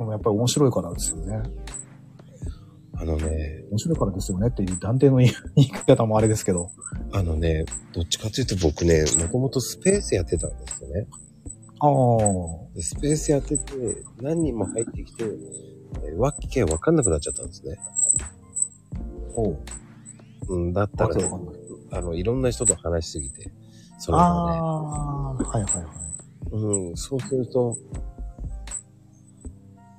Speaker 3: のもやっぱり面白いからですよね。
Speaker 1: あのね、
Speaker 3: 面白いからですよねっていう断定の言い 言い方もあれですけど。
Speaker 1: あのね、どっちかというと僕ね、もともとスペースやってたんですよね。
Speaker 3: ああ、
Speaker 1: でスペースやってて、何人も入ってきて、えーわけわかんなくなっちゃったんですね。
Speaker 3: おう。
Speaker 1: うん、だったら、
Speaker 3: わけわかんない
Speaker 1: あの、いろんな人と話しすぎて、その
Speaker 3: あ
Speaker 1: 場ね。
Speaker 3: あ、はいはいはい。
Speaker 1: うん、そうすると、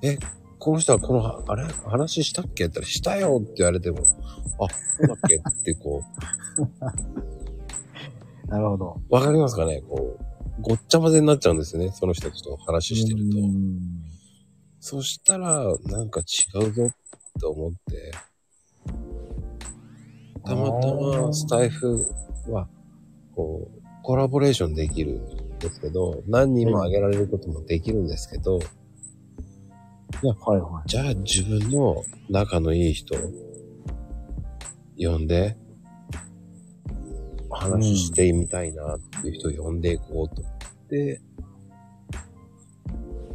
Speaker 1: え、この人はこの、あれ話したっけって言ったら、したよって言われても、あ、そうだっ けってこ
Speaker 3: なるほど。
Speaker 1: う、わかりますかねこう、ごっちゃ混ぜになっちゃうんですよね。その人たちと話してると
Speaker 3: う。ん
Speaker 1: そしたら、なんか違うぞって思って、たまたまスタイフは、こう、コラボレーションできるんですけど、何人もあげられることもできるんですけど、
Speaker 3: はいは
Speaker 1: じゃあ自分の仲のいい人、呼んで、話してみたいなっていう人を呼んでいこうと思って、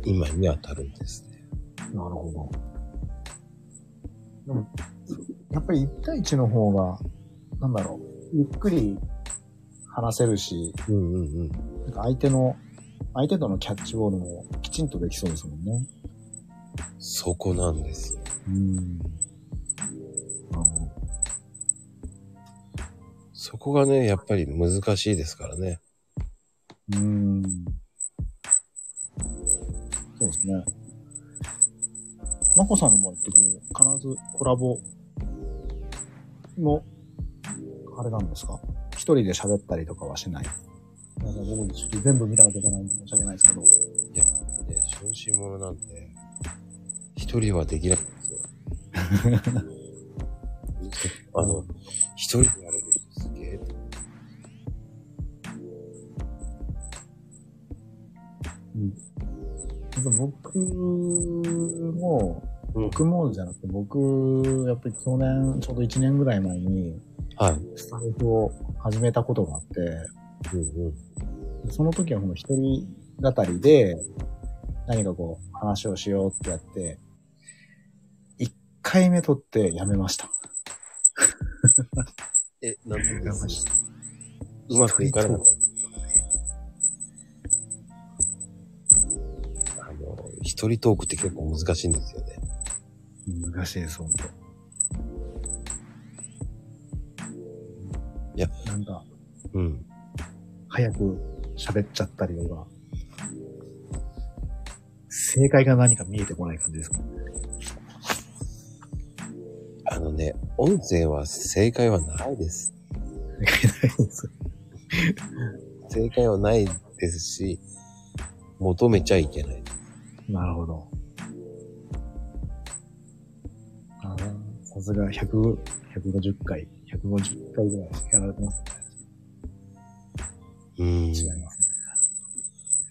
Speaker 1: 今に当たるんですね。
Speaker 3: い。なるほど。でも、やっぱり1対1の方が、なんだろう、ゆっくり話せるし、
Speaker 1: うんうんうん。
Speaker 3: なんか相手の、相手とのキャッチボールもきちんとできそうですもんね。
Speaker 1: そこなんですよ。
Speaker 3: うん。なるほど。
Speaker 1: そこがね、やっぱり難しいですからね。
Speaker 3: うん。そうですね。まこさんも言ってくる、必ずコラボの、あれなんですか一人で喋ったりとかはしない。なんか僕、ちょっと全部見たわけじゃないんで申し訳ないですけど。
Speaker 1: ね、小心者なんて、一人はできないんですよ。あの、一人でやれる人すげえと。
Speaker 3: 実は僕も、
Speaker 1: うん
Speaker 3: 僕もじゃなくて、僕、やっぱり去年、ちょうど1年ぐらい前に、
Speaker 1: はい。
Speaker 3: スタイフを始めたことがあって、
Speaker 1: うんうん。
Speaker 3: その時はこの一人語りで、何かこう、話をしようってやって、1回目撮ってやめました。
Speaker 1: え、なんていうん
Speaker 3: や
Speaker 1: で
Speaker 3: め
Speaker 1: す
Speaker 3: ま
Speaker 1: か
Speaker 3: した。
Speaker 1: うまくいかなかったんですかあの、一人トークって結構難しいんですよね。
Speaker 3: 難しいです、ほんと。
Speaker 1: いや、
Speaker 3: なんか、
Speaker 1: うん。
Speaker 3: 早く喋っちゃったりとか、正解が何か見えてこない感じですか
Speaker 1: あのね、音声は正解はないです。
Speaker 3: 正解ないです。
Speaker 1: 正解はないですし、求めちゃいけない。
Speaker 3: なるほど。あーさすが100、150回、150回ぐらいやられてますね。
Speaker 1: うん。い
Speaker 3: 違いますね。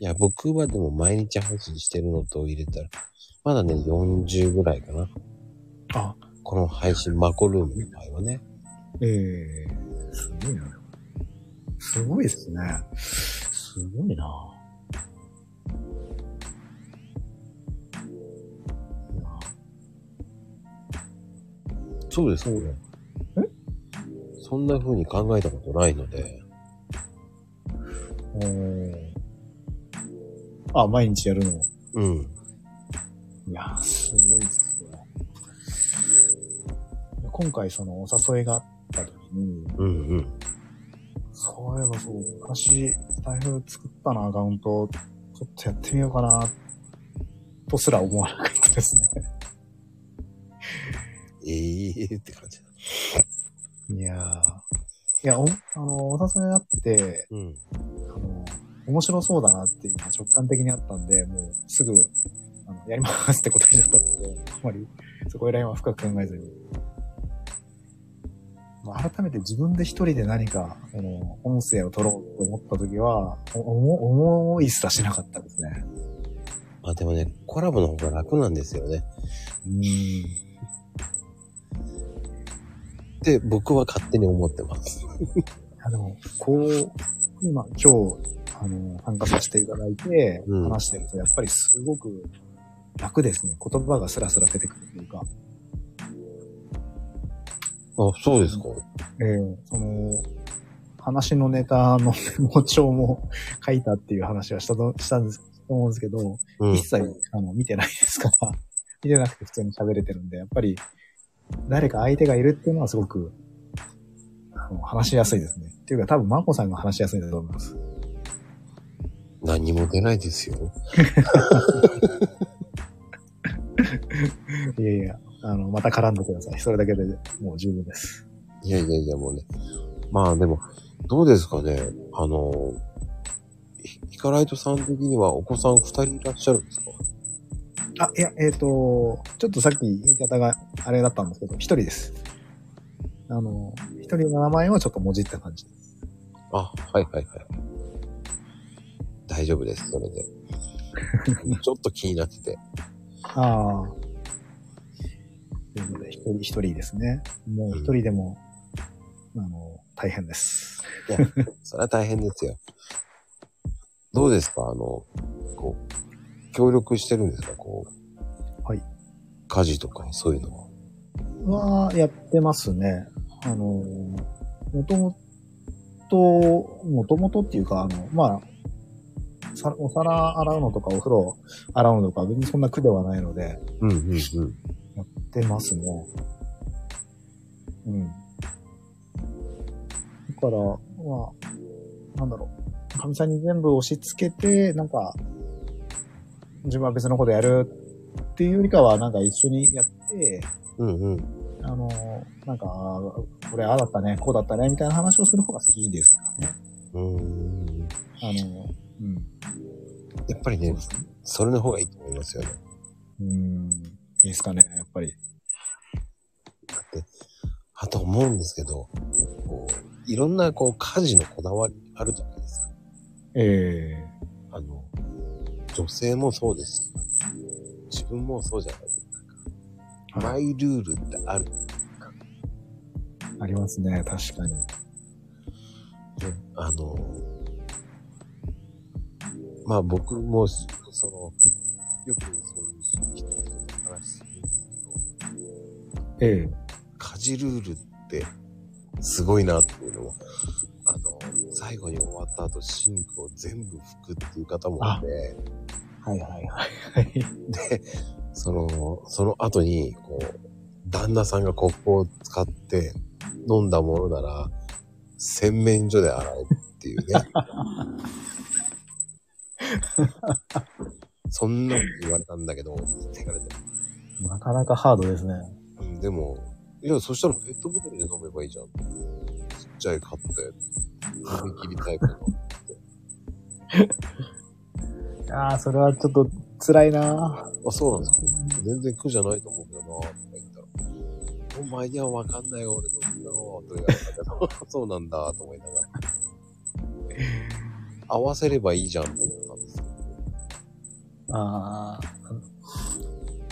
Speaker 1: や、僕はでも毎日配信してるのと入れたら、まだね、40ぐらいかな。
Speaker 3: あ、
Speaker 1: この配信、マコルームの場合はね。
Speaker 3: ええすごいな。すごいですね。すごいな。いや
Speaker 1: そうですね。
Speaker 3: え
Speaker 1: そんな風に考えたことないので。
Speaker 3: おーあ、毎日やるの。
Speaker 1: うん。
Speaker 3: いやー、すごいですね。今回そのお誘いがあった時に、
Speaker 1: うんうん。
Speaker 3: そういえばそう、昔、台風作ったな、アカウント、ちょっとやってみようかな、とすら思わなかったですね。
Speaker 1: ええって感じだ。
Speaker 3: いやー。いや、お、あの、お誘いがあって、
Speaker 1: うん。
Speaker 3: あの、面白そうだなっていうのは直感的にあったんで、もうすぐ、あの、やりますって答えちゃったんですけど、あまりそこら辺は深く考えずに。まあ、改めて自分で一人で何か、この、音声を取ろうと思った時は、お思思いすらしなかったですね。
Speaker 1: まあでもね、コラボの方が楽なんですよね。
Speaker 3: うん。
Speaker 1: って僕は勝手に思ってます。
Speaker 3: あの、こう、今、今日、あの、参加させていただいて、
Speaker 1: うん
Speaker 3: 話してると、やっぱりすごく楽ですね。言葉がスラスラ出てくるというか。
Speaker 1: あ、そうですか。
Speaker 3: ええその、話のネタの メモ帳も書いたっていう話はしたと、したんです、と思うんですけど、
Speaker 1: うん
Speaker 3: 一。切、あの、見てないですから、 見てなくて普通に喋れてるんで、やっぱり、誰か相手がいるっていうのはすごく、あの、話しやすいですね。っていうか、多分、マコさんが話しやすいんだと思います。
Speaker 1: 何も出ないですよ。
Speaker 3: いやいや、あの、また絡んでください。それだけでもう十分です。
Speaker 1: いやいやいや、もうね。まあでも、どうですかね。あの、ヒヒカライトさん的にはお子さん二人いらっしゃるんですか
Speaker 3: あ、いや、えっ、と、ちょっとさっき言い方があれだったんですけど、一人です。あの、一人の名前をちょっともじった感じ。
Speaker 1: あ、はいはいはい。大丈夫です、それ で。ちょっと気になってて。
Speaker 3: ああ。ということで、一人一人ですね。もう一人でも、あの、大変です。
Speaker 1: それは大変ですよ。どうですかあの、こう、協力してるんですかこう。
Speaker 3: はい。
Speaker 1: 家事とか、そういうのは。
Speaker 3: は、やってますね。あの、もともと、もともとっていうか、あの、まあ、さお皿洗うのとかお風呂洗うのとか、別にそんな苦ではないので、
Speaker 1: うんうんうん。
Speaker 3: やってますね。うん。だから、まあ、なんだろう。かみさんに全部押し付けて、なんか、自分は別のことやるっていうよりかは、なんか一緒にやって、
Speaker 1: うんうん。
Speaker 3: あの、なんか、あーこれああだったね、こうだったね、みたいな話をする方が好きですかね。
Speaker 1: うーん。
Speaker 3: あの、うん。
Speaker 1: やっぱりね、
Speaker 3: すね。
Speaker 1: それの方がいいと思いますよね。
Speaker 3: うん。いいですかね、やっぱり。
Speaker 1: だって、あと思うんですけど、こう、いろんなこう家事のこだわりあるじゃないですか。
Speaker 3: ええ
Speaker 1: あの、女性もそうですし、自分もそうじゃないですか。
Speaker 3: は
Speaker 1: マイルールってある。
Speaker 3: ありますね、確かに。
Speaker 1: あの、まあ僕も、その、よくそういう人と話するんですけど、
Speaker 3: ええ
Speaker 1: 家事ルールってすごいなっていうのも、あの、最後に終わった後シンクを全部拭くっていう方もいて、
Speaker 3: はいはいはい。
Speaker 1: その、その後に、こう、旦那さんがコップを使って飲んだものなら、洗面所で洗うっていうね。そんなこと言われたんだけど、って言われて。
Speaker 3: なかなかハードですね。
Speaker 1: うんでも、いや、そしたらペットボトルで飲めばいいじゃん。ちっちゃい買って、飲み切りタイプの。
Speaker 3: ああ、それはちょっと辛いな
Speaker 1: あ、そうなんですか。全然苦じゃないと思うけどな、とか言ったら。お前にはわかんないよ、俺の苦労とか言われたけど、 そうなんだ、と思いながら。合わせればいいじゃん、と思ったんですけど。
Speaker 3: ああ、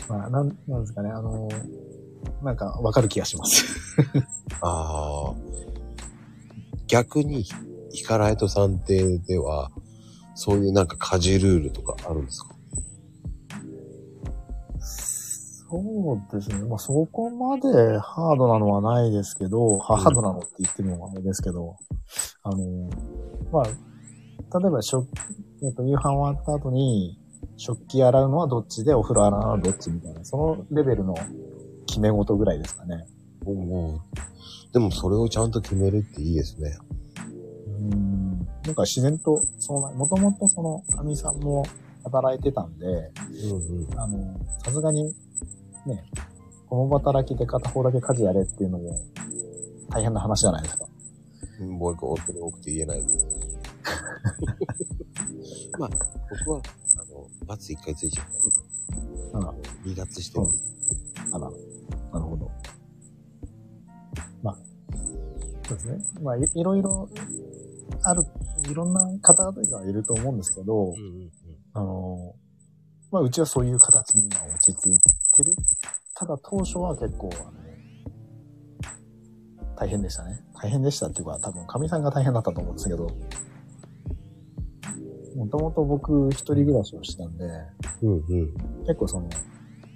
Speaker 3: まあ、なん、なんですかね、あの、なんかわかる気がします。
Speaker 1: ああ。逆に、ヒカラエトさん邸では、そういうなんか家事ルールとかあるんですか
Speaker 3: そうですね。まあ、そこまでハードなのはないですけど、ハハードなのって言ってもあれですけど、あの、まあ、例えば食、えっと、夕飯終わった後に、食器洗うのはどっちで、お風呂洗うのはどっちみたいな、そのレベルの決め事ぐらいですかね。
Speaker 1: 思う。でもそれをちゃんと決めるっていいですね。
Speaker 3: うんなんか自然と、そうな、もともとその、かみさんも働いてたんで、
Speaker 1: うんうん。
Speaker 3: あの、さすがに、ね、共働きで片方だけ家事やれっていうのも、大変な話じゃないですか。
Speaker 1: 貧乏く夫に多くて言えないです。 まあ、僕は、あの、バツ一回ついちゃった。
Speaker 3: あ
Speaker 1: あ
Speaker 3: ら
Speaker 1: の、離脱してます。
Speaker 3: あら、なるほど。まあ、そうですね。まあ、いいろいろ、ある、いろんな方々がいると思うんですけど、
Speaker 1: うんうん
Speaker 3: あの、まあ、うちはそういう形に今落ち着いてる。ただ当初は結構、あの、大変でしたね。大変でしたっていうか、多分、かみさんが大変だったと思うんですけど、もともと僕一人暮らしをしてたんで、
Speaker 1: うん。うんうん。
Speaker 3: 結構その、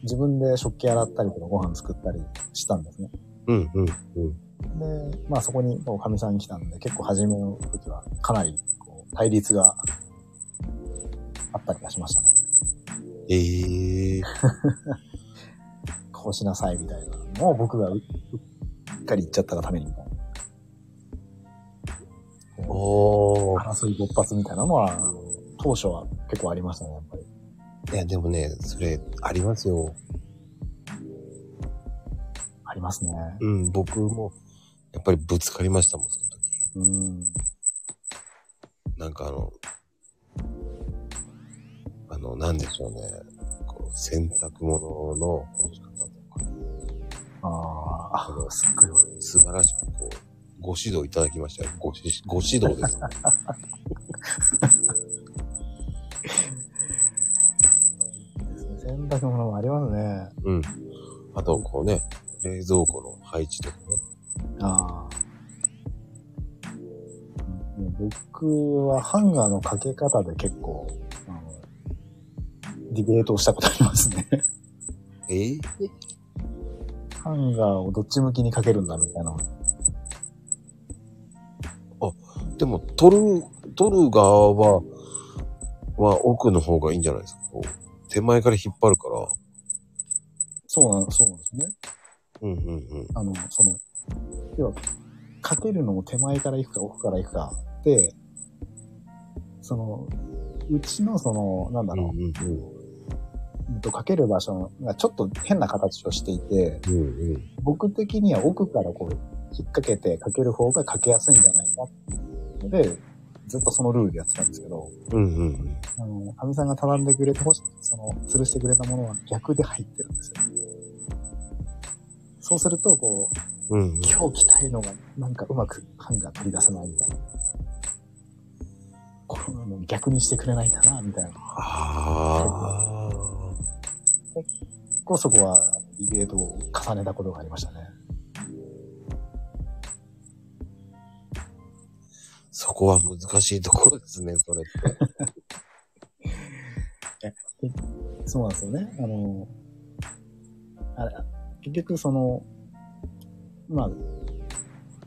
Speaker 3: 自分で食器洗ったりとかご飯作ったりしたんですね。
Speaker 1: うんうんうん。
Speaker 3: で、まあそこにこうかみさん来たんで、結構初めの時はかなりこう対立があったりはしましたね。
Speaker 1: ええー。
Speaker 3: こうしなさいみたいなのを僕がううっかり言っちゃったがためにみたいな。
Speaker 1: おー。
Speaker 3: 争い勃発みたいなのは、あの当初は結構ありましたね、やっぱり。
Speaker 1: いや、でもね、それ、ありますよ。
Speaker 3: ありますね。
Speaker 1: うん、僕も、やっぱりぶつかりましたもん、その時。
Speaker 3: うん。
Speaker 1: なんかあの、あの、なんでしょうね。こう、洗濯物の干し方とか。
Speaker 3: ああ、あすっごいわ。
Speaker 1: 素晴らしくこう、ご指導いただきましたよ。ごしご指導です。
Speaker 3: ですね洗濯物もありますね。
Speaker 1: うん。あと、こうね、冷蔵庫の配置とかね。
Speaker 3: ああ。もう僕はハンガーのかけ方で結構、あのディベートをしたことありますね。
Speaker 1: ええ
Speaker 3: ハンガーをどっち向きにかけるんだみたいな。
Speaker 1: でも、取る、取る側は、は奥の方がいいんじゃないですか。こう、手前から引っ張るから。
Speaker 3: そうなん、そうなんですね。
Speaker 1: うんうんうん。
Speaker 3: あの、その、要は、かけるのも手前から行くか奥から行くかで、その、うちのその、なんだ
Speaker 1: うん
Speaker 3: ろ
Speaker 1: うん
Speaker 3: う、うんとかける場所がちょっと変な形をしていて、
Speaker 1: うん。うんうん。
Speaker 3: 僕的には奥からこう、引っ掛けてかける方がかけやすいんじゃないかっていうので、ずっとそのルールでやってたんですけど、
Speaker 1: うんうん。
Speaker 3: あの、かみさんが畳んでくれてほしい、その、吊るしてくれたものは逆で入ってるんですよ。そうすると、こう、
Speaker 1: うん、うん。
Speaker 3: 今日着たいのが、なんかうまく版が取り出せないみたいな。これもう逆にしてくれないかな、みたいな。
Speaker 1: ああ。
Speaker 3: 結構そこは、ディベートを重ねたことがありましたね。
Speaker 1: そこは難しいところですね、それって。
Speaker 3: そうなんですよね。あの、あれ、結局その、まあ、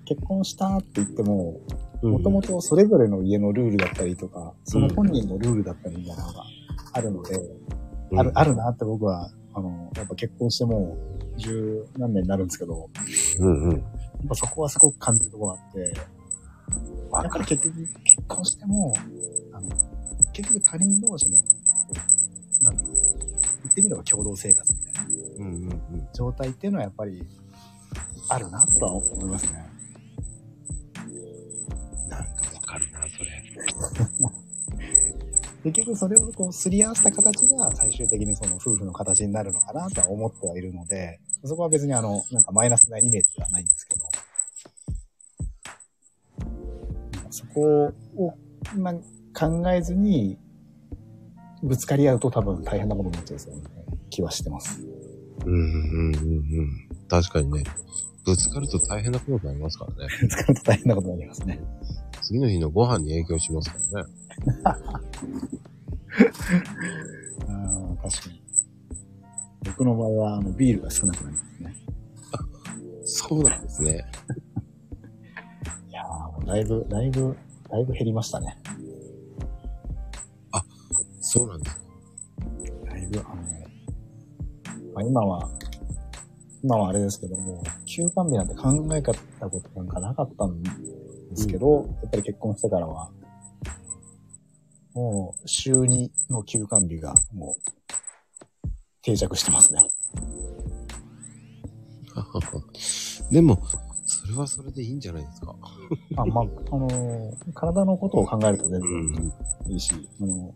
Speaker 3: 結婚したって言っても、もともとそれぞれの家のルールだったりとか、その本人のルールだったりみたいなのがあるので、ある、あるなって僕は、あの、やっぱ結婚してもう十何年になるんですけど、
Speaker 1: うんうん。
Speaker 3: やっぱそこはすごく感じるところがあって、
Speaker 1: わ
Speaker 3: やっぱり結局、結婚しても、あの、結局他人同士の、こうなんだろう、言ってみれば共同生活みたいな
Speaker 1: うんうんうん。
Speaker 3: 状態っていうのはやっぱり、あるなとは思いますね。
Speaker 1: なんかわかるな、それ。
Speaker 3: 結局それをこう、すり合わせた形が最終的にその夫婦の形になるのかなとは思ってはいるので、そこは別にあの、なんかマイナスなイメージではないんですけど、なんかそこを、まあ、考えずに、ぶつかり合うと多分大変なことになっちゃいそうな気はしてます。
Speaker 1: うんうんうんうん。確かにね。ぶつかると大変なことになりますからね。
Speaker 3: ぶつかると大変なことになりますね。
Speaker 1: 次の日のご飯に影響しますからね。
Speaker 3: ああ、確かに。僕の場合はあのビールが少なくなりますね。
Speaker 1: そうなんですね。
Speaker 3: いやーもうだいぶ、だいぶ、だいぶ減りましたね。
Speaker 1: そうなんです。
Speaker 3: だいぶ、あの、まあ、今は、今はあれですけども、休館日なんて考えたことなんかなかったんですけど、やっぱり結婚してからは、もう、週2の休館日が、もう、定着してますね。
Speaker 1: でも、それはそれでいいんじゃないですか。
Speaker 3: あ、まあ、あのー体のことを考えると全
Speaker 1: う
Speaker 3: 然いいし、あの、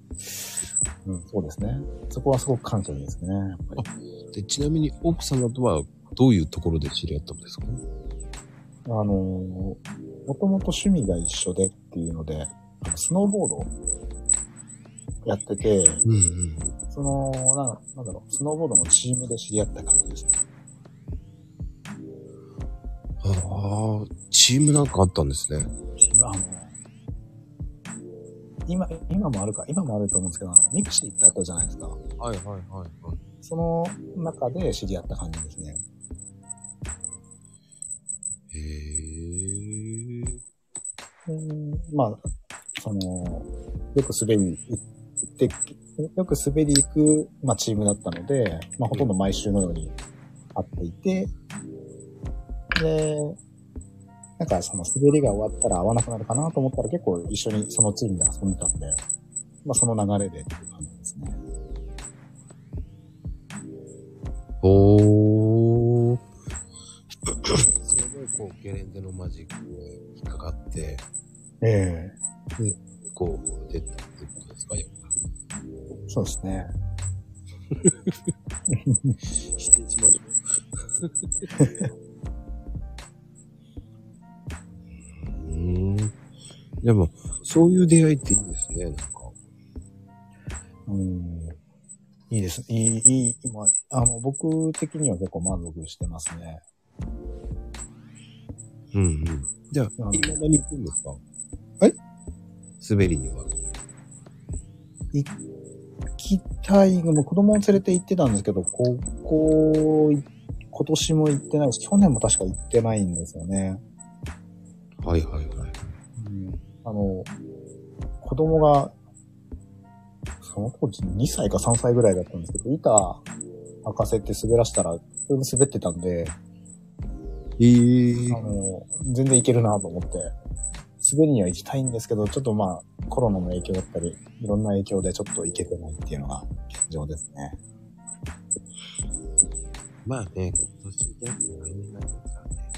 Speaker 3: うん、そうですね。そこはすごく感謝ですね、やっぱり。
Speaker 1: でちなみに奥様とはどういうところで知り合ったんですか
Speaker 3: あのー、もともと趣味が一緒でっていうので、あのスノーボードをやってて、
Speaker 1: うんうん。
Speaker 3: その、ななんだろう、スノーボードのチームで知り合った感じですね。
Speaker 1: ああ、チームなんかあったんですね。
Speaker 3: 今、あの、今、今もあるか、今もあると思うんですけど、あのミクシーってあったじゃないですか。
Speaker 1: はいはいはいはい。
Speaker 3: その中で知り合った感じですね。
Speaker 1: へえ。
Speaker 3: うんまあ、その、よく滑り行って、よく滑り行く、まあ、チームだったので、まあ、ほとんど毎週のように会っていて、で、なんかその滑りが終わったら会わなくなるかなと思ったら結構一緒にそのチームで遊んでたんで、まあ、その流れでっていう感じですね。
Speaker 1: おー。 それで、こう、ゲレンデのマジックに引っかかって、
Speaker 3: え
Speaker 1: こう、出たってことですか、やっぱ
Speaker 3: えそうですね。
Speaker 1: 否定しましょ う。うん。でも、そういう出会いっていいですね、なんか。
Speaker 3: うん。いいです。いい、いい、今、あの、僕的には結構満足してますね。
Speaker 1: うんうん。じゃあ、
Speaker 3: うん
Speaker 1: いまだに行くんですか
Speaker 3: はい
Speaker 1: 滑りには。
Speaker 3: 行きたい、もう子供を連れて行ってたんですけど、ここ、今年も行ってないし、去年も確か行ってないんですよね。
Speaker 1: はいはいはい。
Speaker 3: うん、あの、子供が、その当時2歳か3歳ぐらいだったんですけど、板履かせて滑らしたら、それで滑ってたんで、
Speaker 1: えー
Speaker 3: あの、全然いけるなと思って、滑りには行きたいんですけど、ちょっとまあ、コロナの影響だったり、いろんな影響でちょっと行けてないっていうのが現状ですね。
Speaker 1: まあね、今年で来年になりますからね。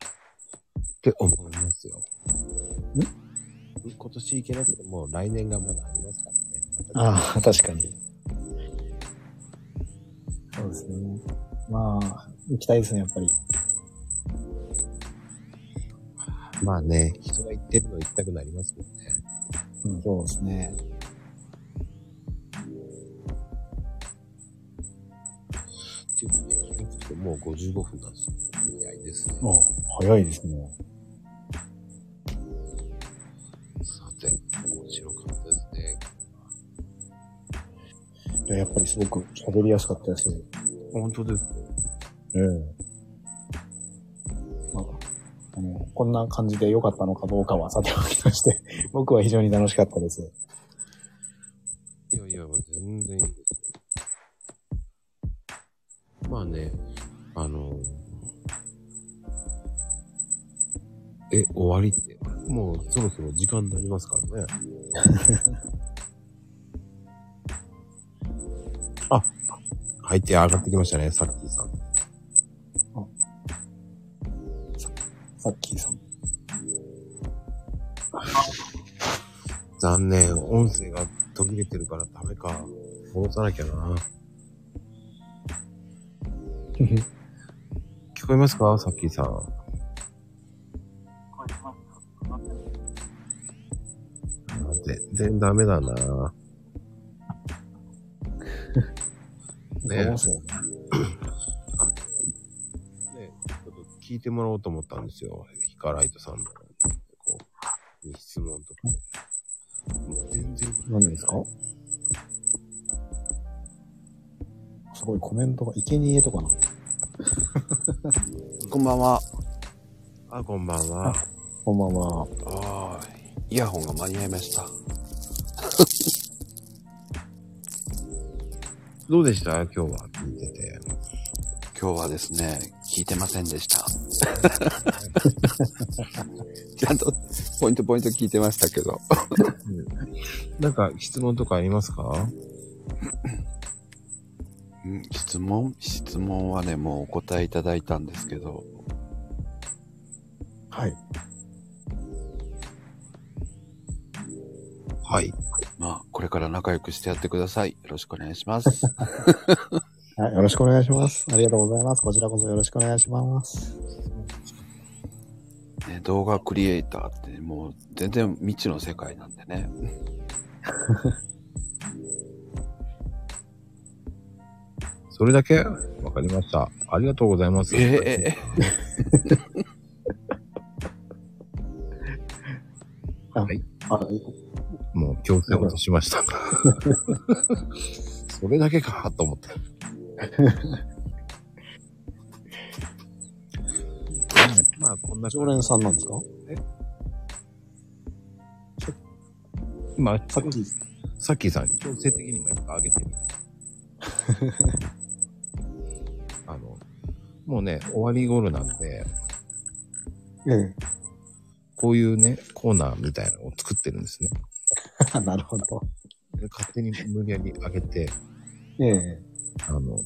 Speaker 1: って思いますよ。ん今年行けなくても来年がまだありますからね。
Speaker 3: ああ、確かに。そうですね。まあ、行きたいですね、やっぱり。
Speaker 1: まあね、人が行ってるの行きたくなりますもんね。
Speaker 3: うん、そうですね。
Speaker 1: っていうかね、気がつくともう55分なんですよ。早いですね。
Speaker 3: あ早いですね。
Speaker 1: さて、面白かったですね。
Speaker 3: いや、やっぱりすごく喋りやすかったですね。
Speaker 1: 本当です。
Speaker 3: ええまあ、あの、こんな感じで良かったのかどうかはさておきまして、 僕は非常に楽しかったです。
Speaker 1: いやいや、全然いいですよ。まあね、あの、え、終わりって、もうそろそろ時間になりますからね。あ、入って上がってきましたね、さっきさん。
Speaker 3: さっきさん。
Speaker 1: 残念、音声が途切れてるからダメか。戻さなきゃな。聞こえますかさっきさん。あ全然ダメだな。ね
Speaker 3: 思いますよね
Speaker 1: ね、ちょっと聞いてもらおうと思ったんですよ。ヒカライトさんの、こう、に質問とか。もう全然。
Speaker 3: 何ですかすごいコメントが、生贄とかな。
Speaker 4: こんばんは。
Speaker 1: あ、こんばんは。
Speaker 3: こんばんは。
Speaker 4: ああ、イヤホンが間に合いました。
Speaker 1: どうでした今日は聞いてて。
Speaker 4: 今日はですね、聞いてませんでした。 ちゃんとポイントポイント聞いてましたけど。
Speaker 1: なんか質問とかありますか
Speaker 4: うん質問質問はね、もうお答えいただいたんですけど、
Speaker 3: はい。
Speaker 1: はい。
Speaker 4: まあ、これから仲良くしてやってください。よろしくお願いします。
Speaker 3: はい、よろしくお願いします。ありがとうございます。こちらこそよろしくお願いします。
Speaker 4: ね、動画クリエイターって、もう全然未知の世界なんで ね。
Speaker 1: それだけわかりました。ありがとうございます。
Speaker 4: ええええ
Speaker 3: あ、
Speaker 1: もう強制落としました。それだけかと思って。まあ、こんな
Speaker 3: 常連さんなんですか
Speaker 1: まあ、
Speaker 3: さっき、
Speaker 1: さっきさん、強制的に今いっぱいあげてみた。あの、もうね、終わり頃なんで、
Speaker 3: ええ
Speaker 1: こういうね、コーナーみたいなのを作ってるんですね。
Speaker 3: あ なるほど。
Speaker 1: で勝手に無理やりあげて、
Speaker 3: ええ
Speaker 1: あの、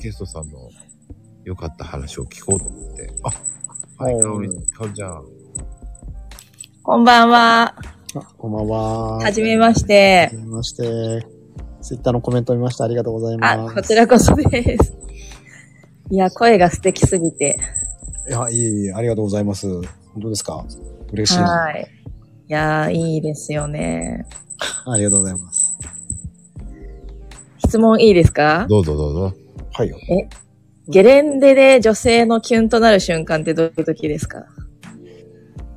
Speaker 1: ゲストさんの良かった話を聞こうと思って。あ、はい、
Speaker 3: おー
Speaker 1: かおり、かおりちゃん。
Speaker 5: こんばんは。
Speaker 3: あ、こんばんは。
Speaker 5: はじめまして
Speaker 3: はじ。めまして。ツイッターのコメント見ました。ありがとうござい
Speaker 5: あ、
Speaker 3: ます。
Speaker 5: こちらこそです。いや、声が素敵すぎて。
Speaker 3: いや、いえいえ、ありがとうございます。本当ですか嬉しいな。
Speaker 5: はい。いやー、いいですよね。
Speaker 3: ありがとうございます。
Speaker 5: 質問いいですか
Speaker 1: どうぞどうぞ。
Speaker 3: はいよ。
Speaker 5: ゲレンデで女性のキュンとなる瞬間ってどういう時ですか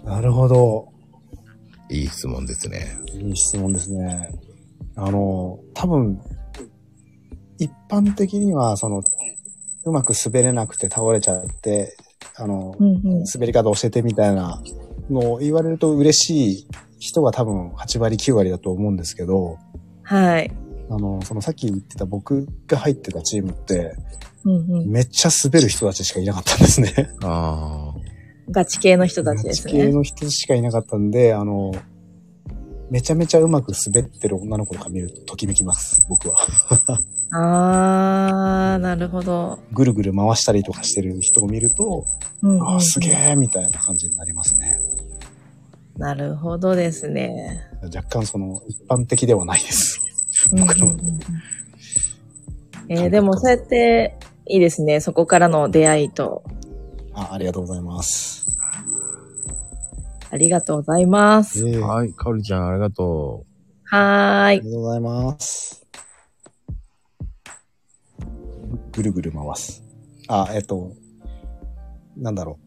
Speaker 3: なるほど。
Speaker 1: いい質問ですね。
Speaker 3: いい質問ですね。あの、多分、一般的には、その、うまく滑れなくて倒れちゃって、あの、
Speaker 5: うんうん。
Speaker 3: 滑り方教えてみたいなのを言われると嬉しい人が多分8割9割だと思うんですけど、
Speaker 5: はい。
Speaker 3: あの、そのさっき言ってた僕が入ってたチームって、
Speaker 5: うんうん。
Speaker 3: めっちゃ滑る人たちしかいなかったんですね。
Speaker 1: ああ。
Speaker 5: ガチ系の人たちです
Speaker 3: ガチ系
Speaker 5: ね。
Speaker 3: の人しかいなかったんで、あの、めちゃめちゃうまく滑ってる女の子とか見るとときめきます、僕は。
Speaker 5: あー、なるほど。
Speaker 3: ぐるぐる回したりとかしてる人を見ると、
Speaker 5: うんうんうん
Speaker 3: ああ、すげえみたいな感じになりますね。
Speaker 5: なるほどですね。
Speaker 3: 若干その、一般的ではないです。僕の
Speaker 5: うんうんうんえーでもそうやって、いいですね。そこからの出会いと。
Speaker 3: あありがとうございます。
Speaker 5: ありがとうございます。
Speaker 3: ええあ
Speaker 1: はい、かおりちゃん、ありがと
Speaker 5: はーい。
Speaker 3: りがとうございます。ぐるぐる回す。あ、えっと、なんだろ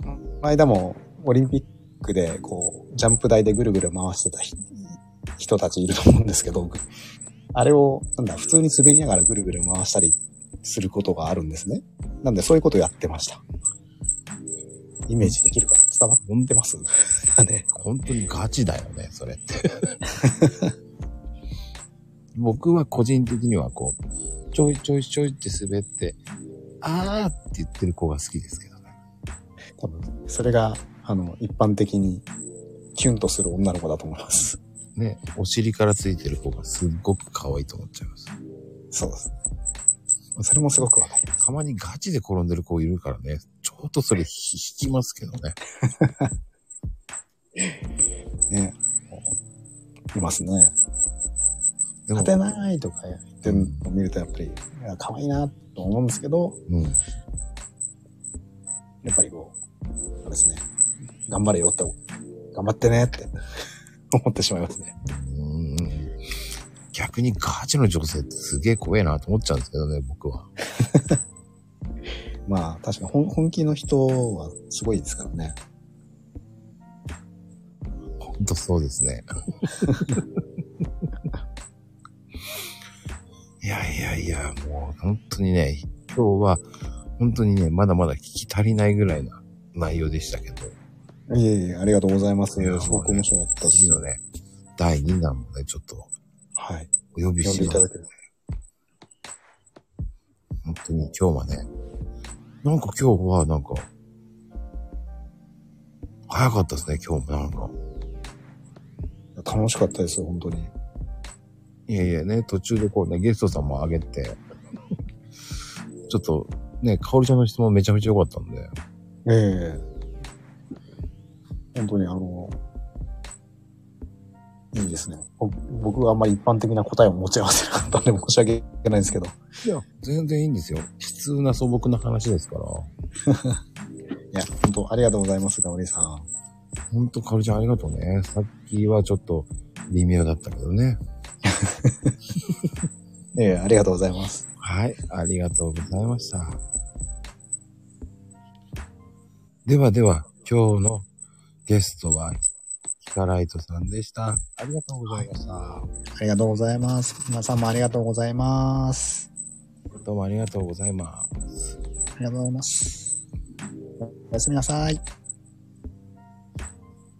Speaker 3: う。この間もオリンピックで、こう、ジャンプ台でぐるぐる回してたひ人たちいると思うんですけど、ぐあれを、なんだ、普通に滑りながらぐるぐる回したりすることがあるんですね。なんで、そういうことやってました。イメージできるかな伝わってます ね。
Speaker 1: う。本当にガチだよね、それって。 僕は個人的にはこう、ちょいちょいちょいって滑って、あーって言ってる子が好きですけどね。
Speaker 3: 多分、それが、あの、一般的に、キュンとする女の子だと思います。
Speaker 1: ね、お尻からついてる子がすっごく可愛いと思っちゃいます。
Speaker 3: そうです。それもすごくわかる。
Speaker 1: たまにガチで転んでる子いるからね、ちょっとそれ引きますけどね。
Speaker 3: ね。いますね。
Speaker 1: でも
Speaker 3: 勝、てないとか言ってるのを見ると、やっぱり、いや可愛いなと思うんですけど、
Speaker 1: うん。
Speaker 3: やっぱりこう、あれですね。頑張れよって、頑張ってねって 思ってしまいますね。
Speaker 1: うん逆にガチの女性ってすげえ怖えなと思っちゃうんですけどね、僕は。
Speaker 3: まあ、確かに本本気の人はすごいですからね。
Speaker 1: ほんとそうですね。いやいやいや、もう本当にね、今日は本当にね、まだまだ聞き足りないぐらいな内容でしたけど、
Speaker 3: いえいえ、ありがとうございます
Speaker 1: いや。
Speaker 3: すごく面白かったです
Speaker 1: 次。のね、第2弾もね、ちょっと
Speaker 3: はい。
Speaker 1: お呼び
Speaker 3: 呼ん
Speaker 1: し
Speaker 3: でい
Speaker 1: ま
Speaker 3: ただ
Speaker 1: す。
Speaker 3: ける。
Speaker 1: 本当に今日はね、なんか今日はなんか、早かったですね、今日もなんか。
Speaker 3: 楽しかったですよ、本当に。
Speaker 1: いやいやね、途中でこうね、ゲストさんもあげて、 ちょっとね、かおりちゃんの質問めちゃめちゃ良かったんで、
Speaker 3: ええ本当にあの、いいですね。ぼ僕はあんまり一般的な答えを持ち合わせなかったんで申し訳ないんですけど。い
Speaker 1: いや、全然いいんですよ。普通な素朴な話ですから。
Speaker 3: や、本当ありがとうございます、ガオリさん。
Speaker 1: ほんと、かおりちゃんありがとうね。さっきはちょっと微妙だったけどね。
Speaker 3: ええありがとうございます。
Speaker 1: はい、ありがとうございました。ではでは、今日のゲストは、ヒカライトさんでした。ありがとうございました。
Speaker 3: ありがとうございます。皆さんもありがとうございます。
Speaker 1: どうもありがとうございます。
Speaker 3: ありがとうございます。おやすみなさい。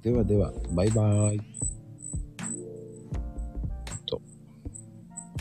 Speaker 1: ではでは、バイバイ。